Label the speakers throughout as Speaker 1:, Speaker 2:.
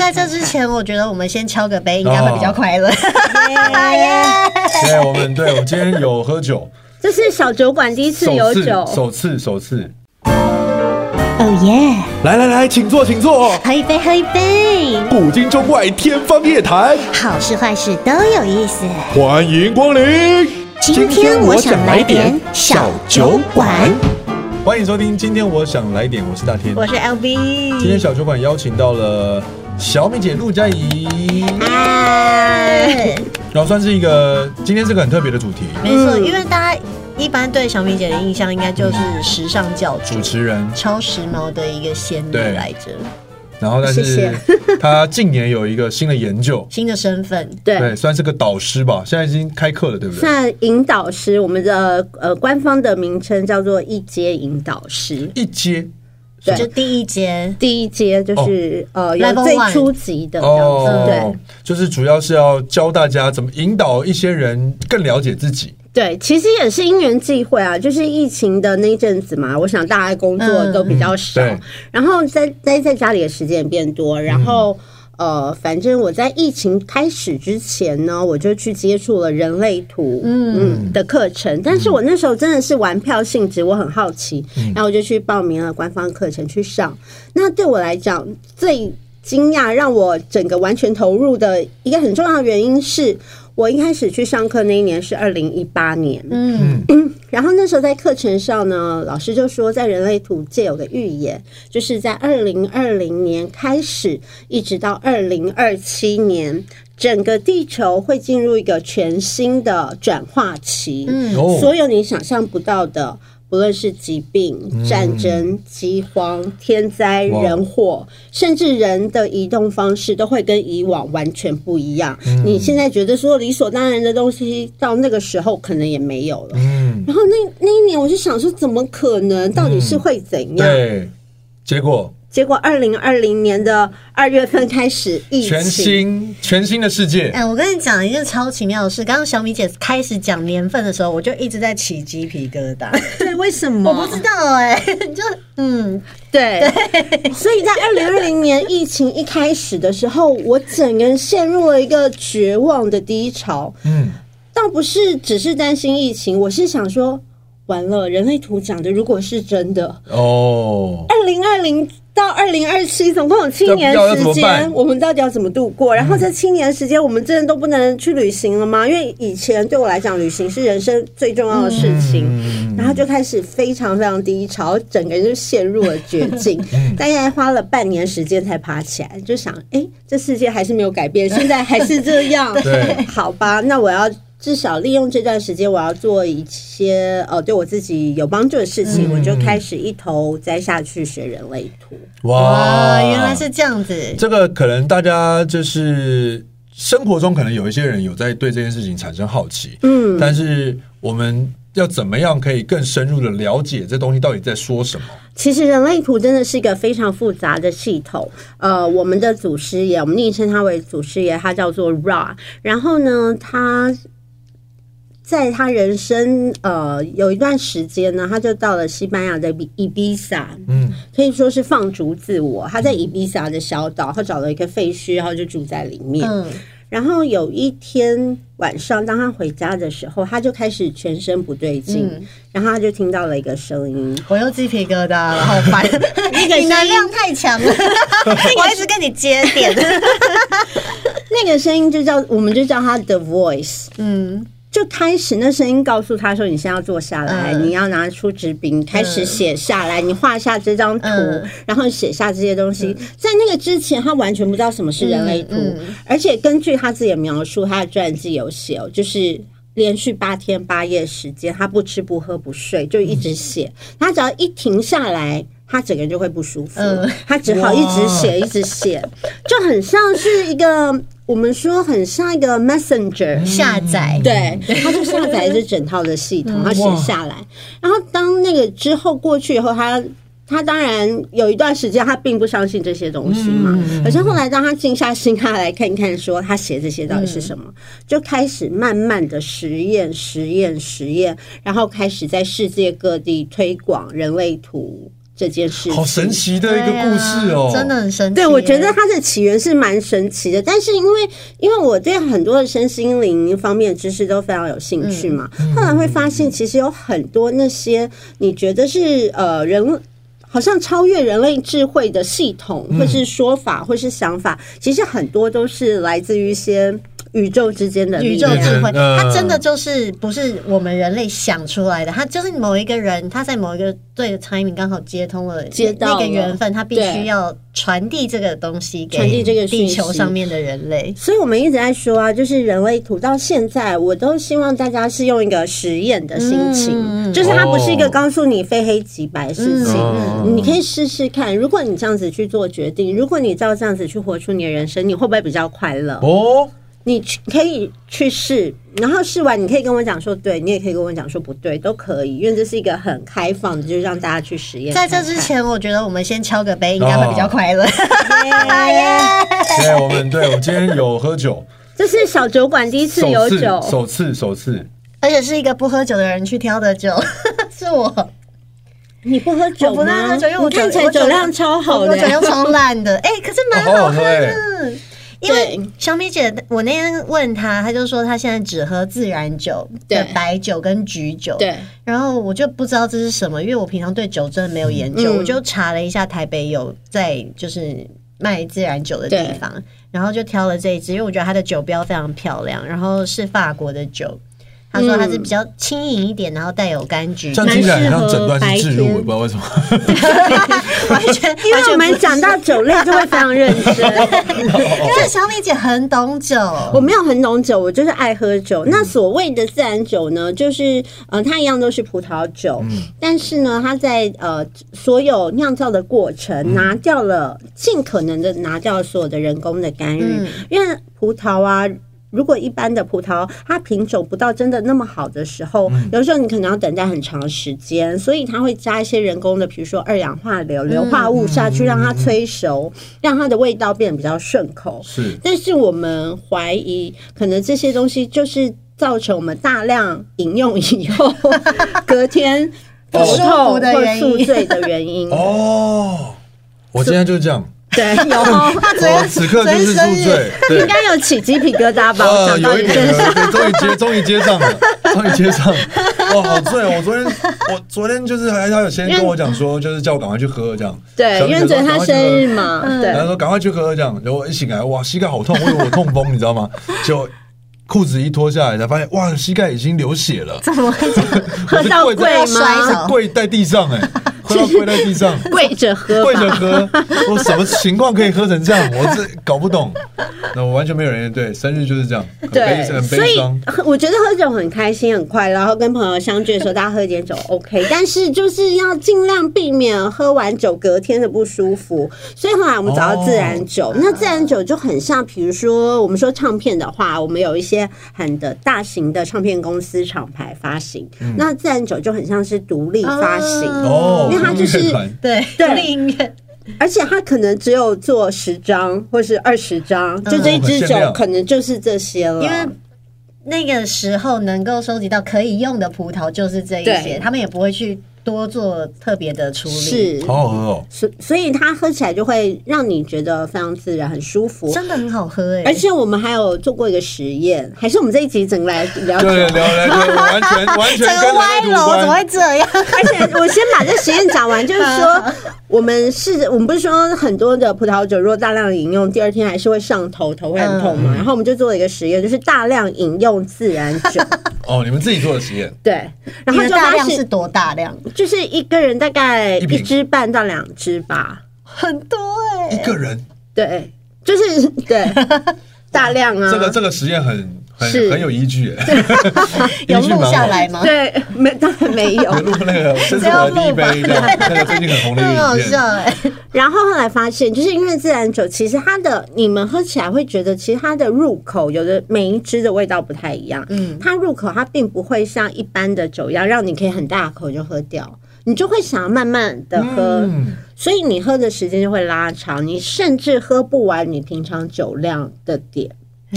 Speaker 1: 在这之前，我觉得我们先敲个杯，应该会比较快乐。 耶！
Speaker 2: 对，我们对我们今天有喝 酒，
Speaker 3: 这是小酒馆第一次有酒，
Speaker 2: 首次首次，
Speaker 1: 哦耶！
Speaker 2: 来来来，请坐，请坐。
Speaker 1: 喝一杯，喝一杯，
Speaker 2: 古今中外，天方夜谭，
Speaker 1: 好事坏事都有意思。
Speaker 2: 欢迎光临。
Speaker 1: 今天我想来点小酒馆。
Speaker 2: 欢迎收听，今天我想来点，我是大天。
Speaker 3: 我是 LB。
Speaker 2: 今天小酒馆邀请到了小米姐陆佳怡，
Speaker 1: 嗨，
Speaker 2: 然后算是一个今天是个很特别的主题，
Speaker 1: 没错，因为大家一般对小米姐的印象，应该就是时尚教主
Speaker 2: 主、持人，
Speaker 1: 超时髦的一个仙女
Speaker 2: 对
Speaker 1: 来着，
Speaker 2: 然后但
Speaker 3: 谢
Speaker 2: 是
Speaker 3: 谢
Speaker 2: 她近年有一个新的 研究，
Speaker 1: 新的身份。
Speaker 3: 对，
Speaker 2: 对，算是个导师吧，现在已经开课了，对不对？
Speaker 3: 那引导师，我们的呃官方的名称叫做一阶引导师。
Speaker 2: 一阶
Speaker 3: 对
Speaker 1: 就第一节，
Speaker 3: 第一阶就是、呃有
Speaker 1: Level
Speaker 3: 最
Speaker 1: one
Speaker 3: 初级的这样子，
Speaker 2: 哦
Speaker 3: 对，
Speaker 2: 就是主要是要教大家怎么引导一些人更了解自己，
Speaker 3: 对，其实也是因缘际会啊，就是疫情的那一阵子嘛，我想大家工作都比较少，
Speaker 2: 嗯对
Speaker 3: 然后在待在家里的时间也变多，然后。呃，反正我在疫情开始之前呢，我就去接触了人类图嗯的课程，但是我那时候真的是玩票性质，我很好奇，然后我就去报名了官方课程去上。那对我来讲，最惊讶让我整个完全投入的一个很重要的原因是。我一开始去上课那一年是二零一八年，
Speaker 1: 嗯，
Speaker 3: 然后那时候在课程上呢，老师就说，在人类图界有个预言，就是在二零二零年开始，一直到二零二七年，整个地球会进入一个全新的转化期。
Speaker 1: 嗯
Speaker 2: 哦
Speaker 3: 所有你想象不到的，不论是疾病、战争、饥荒、天灾、
Speaker 2: 哇
Speaker 3: 人祸，甚至人的移动方式，都会跟以往完全不一样。
Speaker 2: 嗯
Speaker 3: 你现在觉得说理所当然的东西，到那个时候可能也没有了。
Speaker 2: 嗯，
Speaker 3: 然后那那一年我就想说，怎么可能？到底是会怎样？
Speaker 2: 嗯对，结果
Speaker 3: 结果二零二零年的二月份开始疫情，
Speaker 2: 全新全新的世界，
Speaker 1: 哎、我跟你讲一件超奇妙的事。刚刚小米姐开始讲年份的时候，我就一直在起鸡皮疙瘩。
Speaker 3: 对，为什么？
Speaker 1: 我不知道哎、就嗯，
Speaker 3: 对，所以在二零二零年疫情一开始的时候，我整个人陷入了一个绝望的低潮。
Speaker 2: 嗯，
Speaker 3: 倒不是只是担心疫情，我是想说，完了，人类图讲的如果是真的，
Speaker 2: 哦，
Speaker 3: 二零二零到二零二七，总共有七年
Speaker 2: 要要怎
Speaker 3: 时
Speaker 2: 么办
Speaker 3: 间，我们到底要怎么度过？然后这七年时间，我们真的都不能去旅行了吗？因为以前对我来讲，旅行是人生最重要的事情。
Speaker 2: 嗯，
Speaker 3: 然后就开始非常非常低潮，整个人就陷入了绝 境，
Speaker 2: 嗯
Speaker 3: 大概花了半年时间才爬起来，就想，哎、这世界还是没有改变，现在还是这样，
Speaker 2: 对
Speaker 3: 好吧，那我要。至少利用这段时间，我要做一些呃对我自己有帮助的事
Speaker 2: 嗯
Speaker 3: 情，我就开始一头栽下去学人类图。
Speaker 2: 哦
Speaker 1: 哇，原来是这样子。
Speaker 2: 这个可能大家就是生活中可能有一些人有在对这件事情产生好奇，嗯，但是我们要怎么样可以更深入的了解这东西到底在说什么？
Speaker 3: 其实人类图真的是一个非常复杂的系统。呃，我们的祖师爷，我们昵称他为祖师爷，他叫做 Ra。然后呢，他在他人生呃有一段时间呢，他就到了西班牙的比伊比萨，
Speaker 2: 嗯，
Speaker 3: 可以说是放逐自我。他在
Speaker 1: 嗯
Speaker 3: 伊比萨的小岛，他找了一个废墟，然后就住在里面。
Speaker 1: 嗯，
Speaker 3: 然后有一天晚上，当他回家的时候，他就开始全身不对劲，
Speaker 1: 嗯
Speaker 3: 然后他就听到了一个声音。
Speaker 1: 我又鸡皮疙瘩了，好 烦。
Speaker 3: 个
Speaker 1: 你能量太强了，我一直跟你接 点。
Speaker 3: 那个声音就叫，我们就叫他 The Voice。
Speaker 1: 嗯，
Speaker 3: 就开始那声音告诉他说：“你现在要坐下来，
Speaker 1: 嗯
Speaker 3: 你要拿出纸笔，开始写下来，你画下这张图，
Speaker 1: 嗯
Speaker 3: 然后写下这些东西。在那个之前，他完全不知道什么是人类图，
Speaker 1: 嗯
Speaker 3: 而且根据他自己的描述，他的传记有写哦，就是。连续八天八夜时间，他不吃不喝不睡，就一直写。他只要一停下来，他整个人就会不舒服，
Speaker 1: 嗯
Speaker 3: 他只好一直写，一直写，就很像是一个我们说很像一个 messenger，、
Speaker 1: 下载。
Speaker 2: 嗯
Speaker 3: 对， 他就下载这整套的系统，他写下来。然后当那个之后过去以后，他他当然有一段时间他并不相信这些东西
Speaker 2: 嗯
Speaker 3: 嘛。可是后来当他静下心，他来看一看，说他写这些到
Speaker 2: 嗯
Speaker 3: 底是什么，就开始慢慢的实验、实验、实验，然后开始在世界各地推广人类图。这件事情。
Speaker 2: 好神奇的一个故事哦，
Speaker 1: 对啊真的很神奇。
Speaker 3: 对，我觉得它的起源是蛮神奇的，但是因为因为我对很多的身心灵方面的知识都非常有兴趣嘛，后来会发现其实有很多那些你觉得是呃人。好像超越人类智慧的系统，或是说法，或是想法，其实很多都是来自于一些宇宙之间的
Speaker 1: 宇
Speaker 3: 力
Speaker 1: 宙
Speaker 3: 量
Speaker 1: 智慧，
Speaker 2: 对嗯
Speaker 1: 它真的就是不是我们人类想出来的，它就是某一个人，他在某一个对的 timing 刚好接通了
Speaker 3: 接到
Speaker 1: 那个
Speaker 3: 了
Speaker 1: 缘分，他必须
Speaker 3: 对
Speaker 1: 要传递这个东西给
Speaker 3: 传递这个
Speaker 1: 地
Speaker 3: 讯
Speaker 1: 球
Speaker 3: 息
Speaker 1: 上面的人类。
Speaker 3: 所以我们一直在说啊，就是人类图到现在，我都希望大家是用一个实验的心情，
Speaker 1: 嗯
Speaker 3: 就是它不是一
Speaker 2: 哦
Speaker 3: 个告诉你非黑即白的事情，
Speaker 2: 嗯
Speaker 3: 你可以试试看。如果你这样子去做决定，如果你照这样子去活出你的人生，你会不会比较快乐？
Speaker 2: 哦，
Speaker 3: 你去可以去试，然后试完你可以跟我讲说对，你也可以跟我讲说不对，都可以，因为这是一个很开放的，就是让大家去实验
Speaker 1: 在
Speaker 3: 看
Speaker 1: 这
Speaker 3: 看。
Speaker 1: 之前，我觉得我们先敲个杯，应该会比较快乐。
Speaker 2: 对，我们对，我们今天有喝酒，
Speaker 3: 这是小酒馆第一次有
Speaker 2: 首次
Speaker 3: 酒，
Speaker 2: 首次首次，
Speaker 1: 而且是一个不喝酒的人去挑的酒，是我。
Speaker 3: 你不喝酒
Speaker 1: 我不
Speaker 3: 吗？
Speaker 1: 太喝酒，因为我
Speaker 3: 你看起
Speaker 1: 我
Speaker 3: 来酒量超好
Speaker 1: 我
Speaker 3: 的
Speaker 1: 酒。量超烂的。哎、可是蛮
Speaker 2: 哦好
Speaker 1: 好
Speaker 2: 好
Speaker 1: 喝
Speaker 2: 喝
Speaker 1: 的。因为
Speaker 3: 对
Speaker 1: 小米姐，我那天问她，她就说她现在只喝自然酒
Speaker 3: 对
Speaker 1: 的白酒跟橘酒。
Speaker 3: 对，
Speaker 1: 然后我就不知道这是什么，因为我平常对酒真的没有研究，
Speaker 3: 嗯
Speaker 1: 我就查了一下台北有在就是卖自然酒的地方，然后就挑了这一支，因为我觉得它的酒标非常漂亮，然后是法国的酒。他说它是比较轻盈一点，然后带有柑橘，
Speaker 2: 像
Speaker 3: 蛮
Speaker 2: 听起来很
Speaker 3: 适
Speaker 2: 像
Speaker 3: 合
Speaker 2: 诊断
Speaker 3: 白
Speaker 2: 是置入，
Speaker 3: 天
Speaker 2: 我也不知道为什么。
Speaker 1: 完全
Speaker 3: 因为我们讲到酒类就会非常认 真。
Speaker 1: 因为小米姐很懂酒，
Speaker 3: 我没有很懂酒，我就是爱喝酒。那所谓的自然酒呢，就是呃，它一样都是葡萄酒，但是呢，它在呃所有酿造的过程，拿掉了尽可能的拿掉所有的人工的干预，
Speaker 1: 嗯
Speaker 3: 因为葡萄啊。如果一般的葡萄，它品种不到真的那么好的时候，有时候你可能要等待很长的时间，所以它会加一些人工的，比如说二氧化硫、硫化物下去，让它催熟，让它的味道变得比较顺口。
Speaker 2: 是
Speaker 3: 但是我们怀疑，可能这些东西就是造成我们大量饮用以后，隔天
Speaker 1: 不
Speaker 3: 头
Speaker 1: 舒
Speaker 3: 痛
Speaker 1: 服的
Speaker 3: 或
Speaker 1: 原因
Speaker 3: 宿醉的原因。
Speaker 2: 哦，我今天就是这样，
Speaker 3: 对，有哦
Speaker 2: 我此刻就是宿醉，
Speaker 3: 应
Speaker 2: 对。
Speaker 3: 该有起鸡皮疙瘩吧？我
Speaker 2: 呃，
Speaker 3: 想到
Speaker 2: 有
Speaker 3: 你
Speaker 2: 一点，有
Speaker 3: 身
Speaker 2: 一点，
Speaker 3: 上，
Speaker 2: 终于接，终于接上了，终于接上了。哇，好醉！哦我昨天，我昨天就是还他有先跟我讲说，就是叫我赶快去喝这样。
Speaker 3: 对，因为昨天他生日嘛，
Speaker 1: 嗯
Speaker 2: 然后
Speaker 3: 对，
Speaker 2: 说赶快去喝这样，然后我一醒来，哇，膝盖好痛，我以为我痛风，你知道吗？就裤子一脱下来才发现，哇，膝盖已经流血了，
Speaker 1: 怎么会这样？
Speaker 2: 我
Speaker 3: 喝
Speaker 2: 是
Speaker 3: 到
Speaker 2: 跪在
Speaker 3: 跪
Speaker 1: 摔
Speaker 3: 吗？
Speaker 1: 倒
Speaker 2: 跪在地上哎、喝到跪在地上，
Speaker 3: 跪着喝
Speaker 2: 跪着
Speaker 3: 吧。
Speaker 2: 喝，我什么情况可以喝成这样？我这搞不懂，那我完全没有人对生日就是这样，很悲
Speaker 3: 对，
Speaker 2: 很
Speaker 3: 所
Speaker 2: 悲
Speaker 3: 以
Speaker 2: 伤。
Speaker 3: 喝我觉得喝酒很开心、很快乐，然后跟朋友相聚的时候，大家喝一点酒 OK，但是就是要尽量避免喝完酒隔天的不舒服。所以后来我们找到自然酒，
Speaker 2: 哦
Speaker 3: 那自然酒就很像，比如说我们说唱片的话，我们有一些很的大型的唱片公司厂牌发行，
Speaker 2: 嗯
Speaker 3: 那自然酒就很像是独立发行，
Speaker 2: 哦，
Speaker 3: 因为他就是
Speaker 2: 音乐团
Speaker 1: 对，
Speaker 3: 对
Speaker 1: 独立音乐，
Speaker 3: 而且它可能只有做十张或是二十张，就这一支
Speaker 2: 哦很限
Speaker 3: 酒
Speaker 2: 量
Speaker 3: 可能就是这些了，
Speaker 1: 嗯因为那个时候能够收集到可以用的葡萄就是这一些，
Speaker 3: 对
Speaker 1: 他们也不会去多做特别的处理。
Speaker 3: 是
Speaker 2: 好好喝哦，
Speaker 3: 所所以它喝起来就会让你觉得非常自然，很舒服。
Speaker 1: 真的很好喝哎、
Speaker 3: 而且我们还有做过一个实验，还是我们这一集整个来聊。
Speaker 2: 对，聊来对，完全完
Speaker 1: 整
Speaker 2: 全
Speaker 1: 个
Speaker 2: 跟
Speaker 1: 歪
Speaker 2: 人类无
Speaker 1: 楼怎么会
Speaker 2: 关。
Speaker 1: 这样？
Speaker 3: 而且我先把这实验讲完，就是 说，我们试着，我们不是说很多的葡萄酒如果大量饮用，第二天还是会上头，头会很痛
Speaker 1: 嗯
Speaker 3: 嘛。然后我们就做了一个实验，就是大量饮用自然 酒，
Speaker 2: 哦，你们自己做的实验，
Speaker 3: 对，然
Speaker 1: 你
Speaker 3: 后
Speaker 1: 的
Speaker 3: 就
Speaker 1: 大
Speaker 3: 发
Speaker 1: 量是
Speaker 3: 现，
Speaker 1: 多大量？
Speaker 3: 就是一个人大概
Speaker 2: 一
Speaker 3: 一
Speaker 2: 瓶
Speaker 3: 支半到两支吧，
Speaker 1: 很多哎、
Speaker 2: 一个人
Speaker 3: 对，就是 对，大量啊，
Speaker 2: 这个这个实验很很
Speaker 3: 是
Speaker 2: 很有依据，
Speaker 1: 有录下来吗？
Speaker 3: 对，没当然没有
Speaker 2: 哎，。有录那个这是我的第一杯，这样那个最近很红的 一
Speaker 1: 很好
Speaker 2: 个影
Speaker 1: 笑
Speaker 2: 片，
Speaker 1: 哎、
Speaker 3: 然后后来发现，就是因为自然酒，其实它的你们喝起来会觉得，其实它的入口有的每一支的味道不太一样。
Speaker 1: 嗯
Speaker 3: 嗯，它入口它并不会像一般的酒一样，让你可以很大口就喝掉，你就会想要慢慢的喝，
Speaker 2: 嗯，
Speaker 3: 所以你喝的时间就会拉长，你甚至喝不完你平常酒量的点。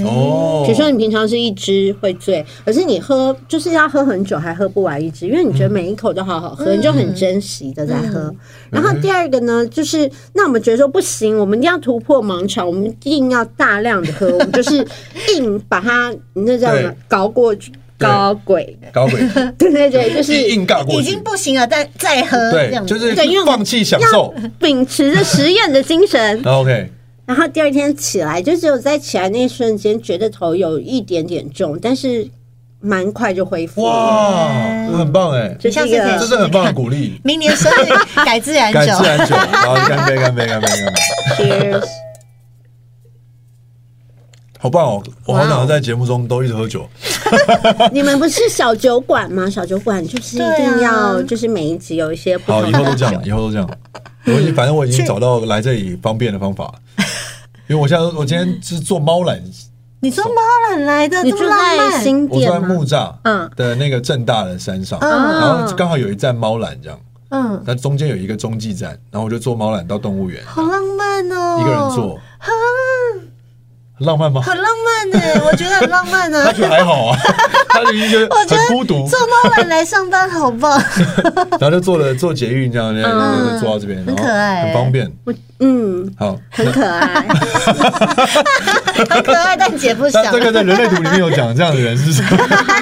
Speaker 2: 哦，
Speaker 3: 比如说你平常是一支会醉，可是你喝就是要喝很久还喝不完一支，因为你觉得每一口都好好喝，
Speaker 2: 嗯
Speaker 3: 你就很珍惜的在喝。然后第二个呢，就是那我们觉得说不行，我们一定要突破盲肠，我们一定要大量的喝，我们就是硬把它那叫什么
Speaker 2: 对
Speaker 3: 搞过去。
Speaker 2: 对
Speaker 3: 搞鬼，
Speaker 2: 搞鬼，
Speaker 3: 对对对，就是
Speaker 2: 硬尬过
Speaker 1: 嗯已
Speaker 2: 去
Speaker 1: 经，不行了，但再喝这
Speaker 2: 对，
Speaker 1: 样
Speaker 2: 就
Speaker 1: 子。
Speaker 2: 是
Speaker 3: 对因为我们
Speaker 2: 放弃享受。，
Speaker 3: 秉持着实验的精神
Speaker 2: OK，
Speaker 3: 然后第二天起来，就只有在起来那一瞬间觉得头有一点点重，但是蛮快就恢复了。
Speaker 2: 哇，很棒哎，
Speaker 3: 这是
Speaker 1: 像
Speaker 3: 一
Speaker 2: 这
Speaker 1: 之
Speaker 3: 个
Speaker 1: 前
Speaker 2: 是很棒的鼓励。
Speaker 1: 明年生日改自然
Speaker 2: 感谢
Speaker 1: 酒，
Speaker 2: 安酒，然后干杯，干杯，干杯，干杯，
Speaker 3: cheers，
Speaker 2: 好棒哦！我好想在节目中都一直喝酒。
Speaker 3: 你们不是小酒馆吗？小酒馆就是一定要，就是每一集有一些不
Speaker 2: 好，
Speaker 3: 同
Speaker 2: 以后都
Speaker 3: 的
Speaker 2: 这样，以后都这样。我已经反正我已经找到来这里方便的方法了，因为我现在我今天是坐猫缆，
Speaker 1: 你说猫懒来的
Speaker 3: 你
Speaker 1: 这
Speaker 3: 住
Speaker 1: 么浪
Speaker 3: 在
Speaker 1: 漫，
Speaker 3: 新
Speaker 2: 我坐在
Speaker 3: 店吗哦
Speaker 2: 木？栅
Speaker 3: 嗯
Speaker 2: 的那个正大的山上，
Speaker 1: 嗯
Speaker 2: 然后刚好有一站猫缆这样，
Speaker 1: 嗯，
Speaker 2: 那中间有一个中继站，然后我就坐猫缆到动物园，
Speaker 1: 好浪漫哦，
Speaker 2: 一个人，坐，浪漫吗？
Speaker 1: 很浪漫呢，我觉得很浪漫
Speaker 2: 他
Speaker 1: 啊
Speaker 2: 觉。得还好啊，他就觉得
Speaker 1: 我觉得
Speaker 2: 很孤独，
Speaker 1: 坐猫懒来上班好 棒，
Speaker 2: 然后就坐了坐捷运这样，然后就坐到这边，
Speaker 1: 嗯
Speaker 2: 然后
Speaker 1: 很可爱
Speaker 2: 很方便。
Speaker 3: 嗯，
Speaker 2: 好，
Speaker 3: 很可爱。
Speaker 1: 很可爱，但姐 不想
Speaker 2: 但。这个在人类图里面有讲，这样的 人是什么？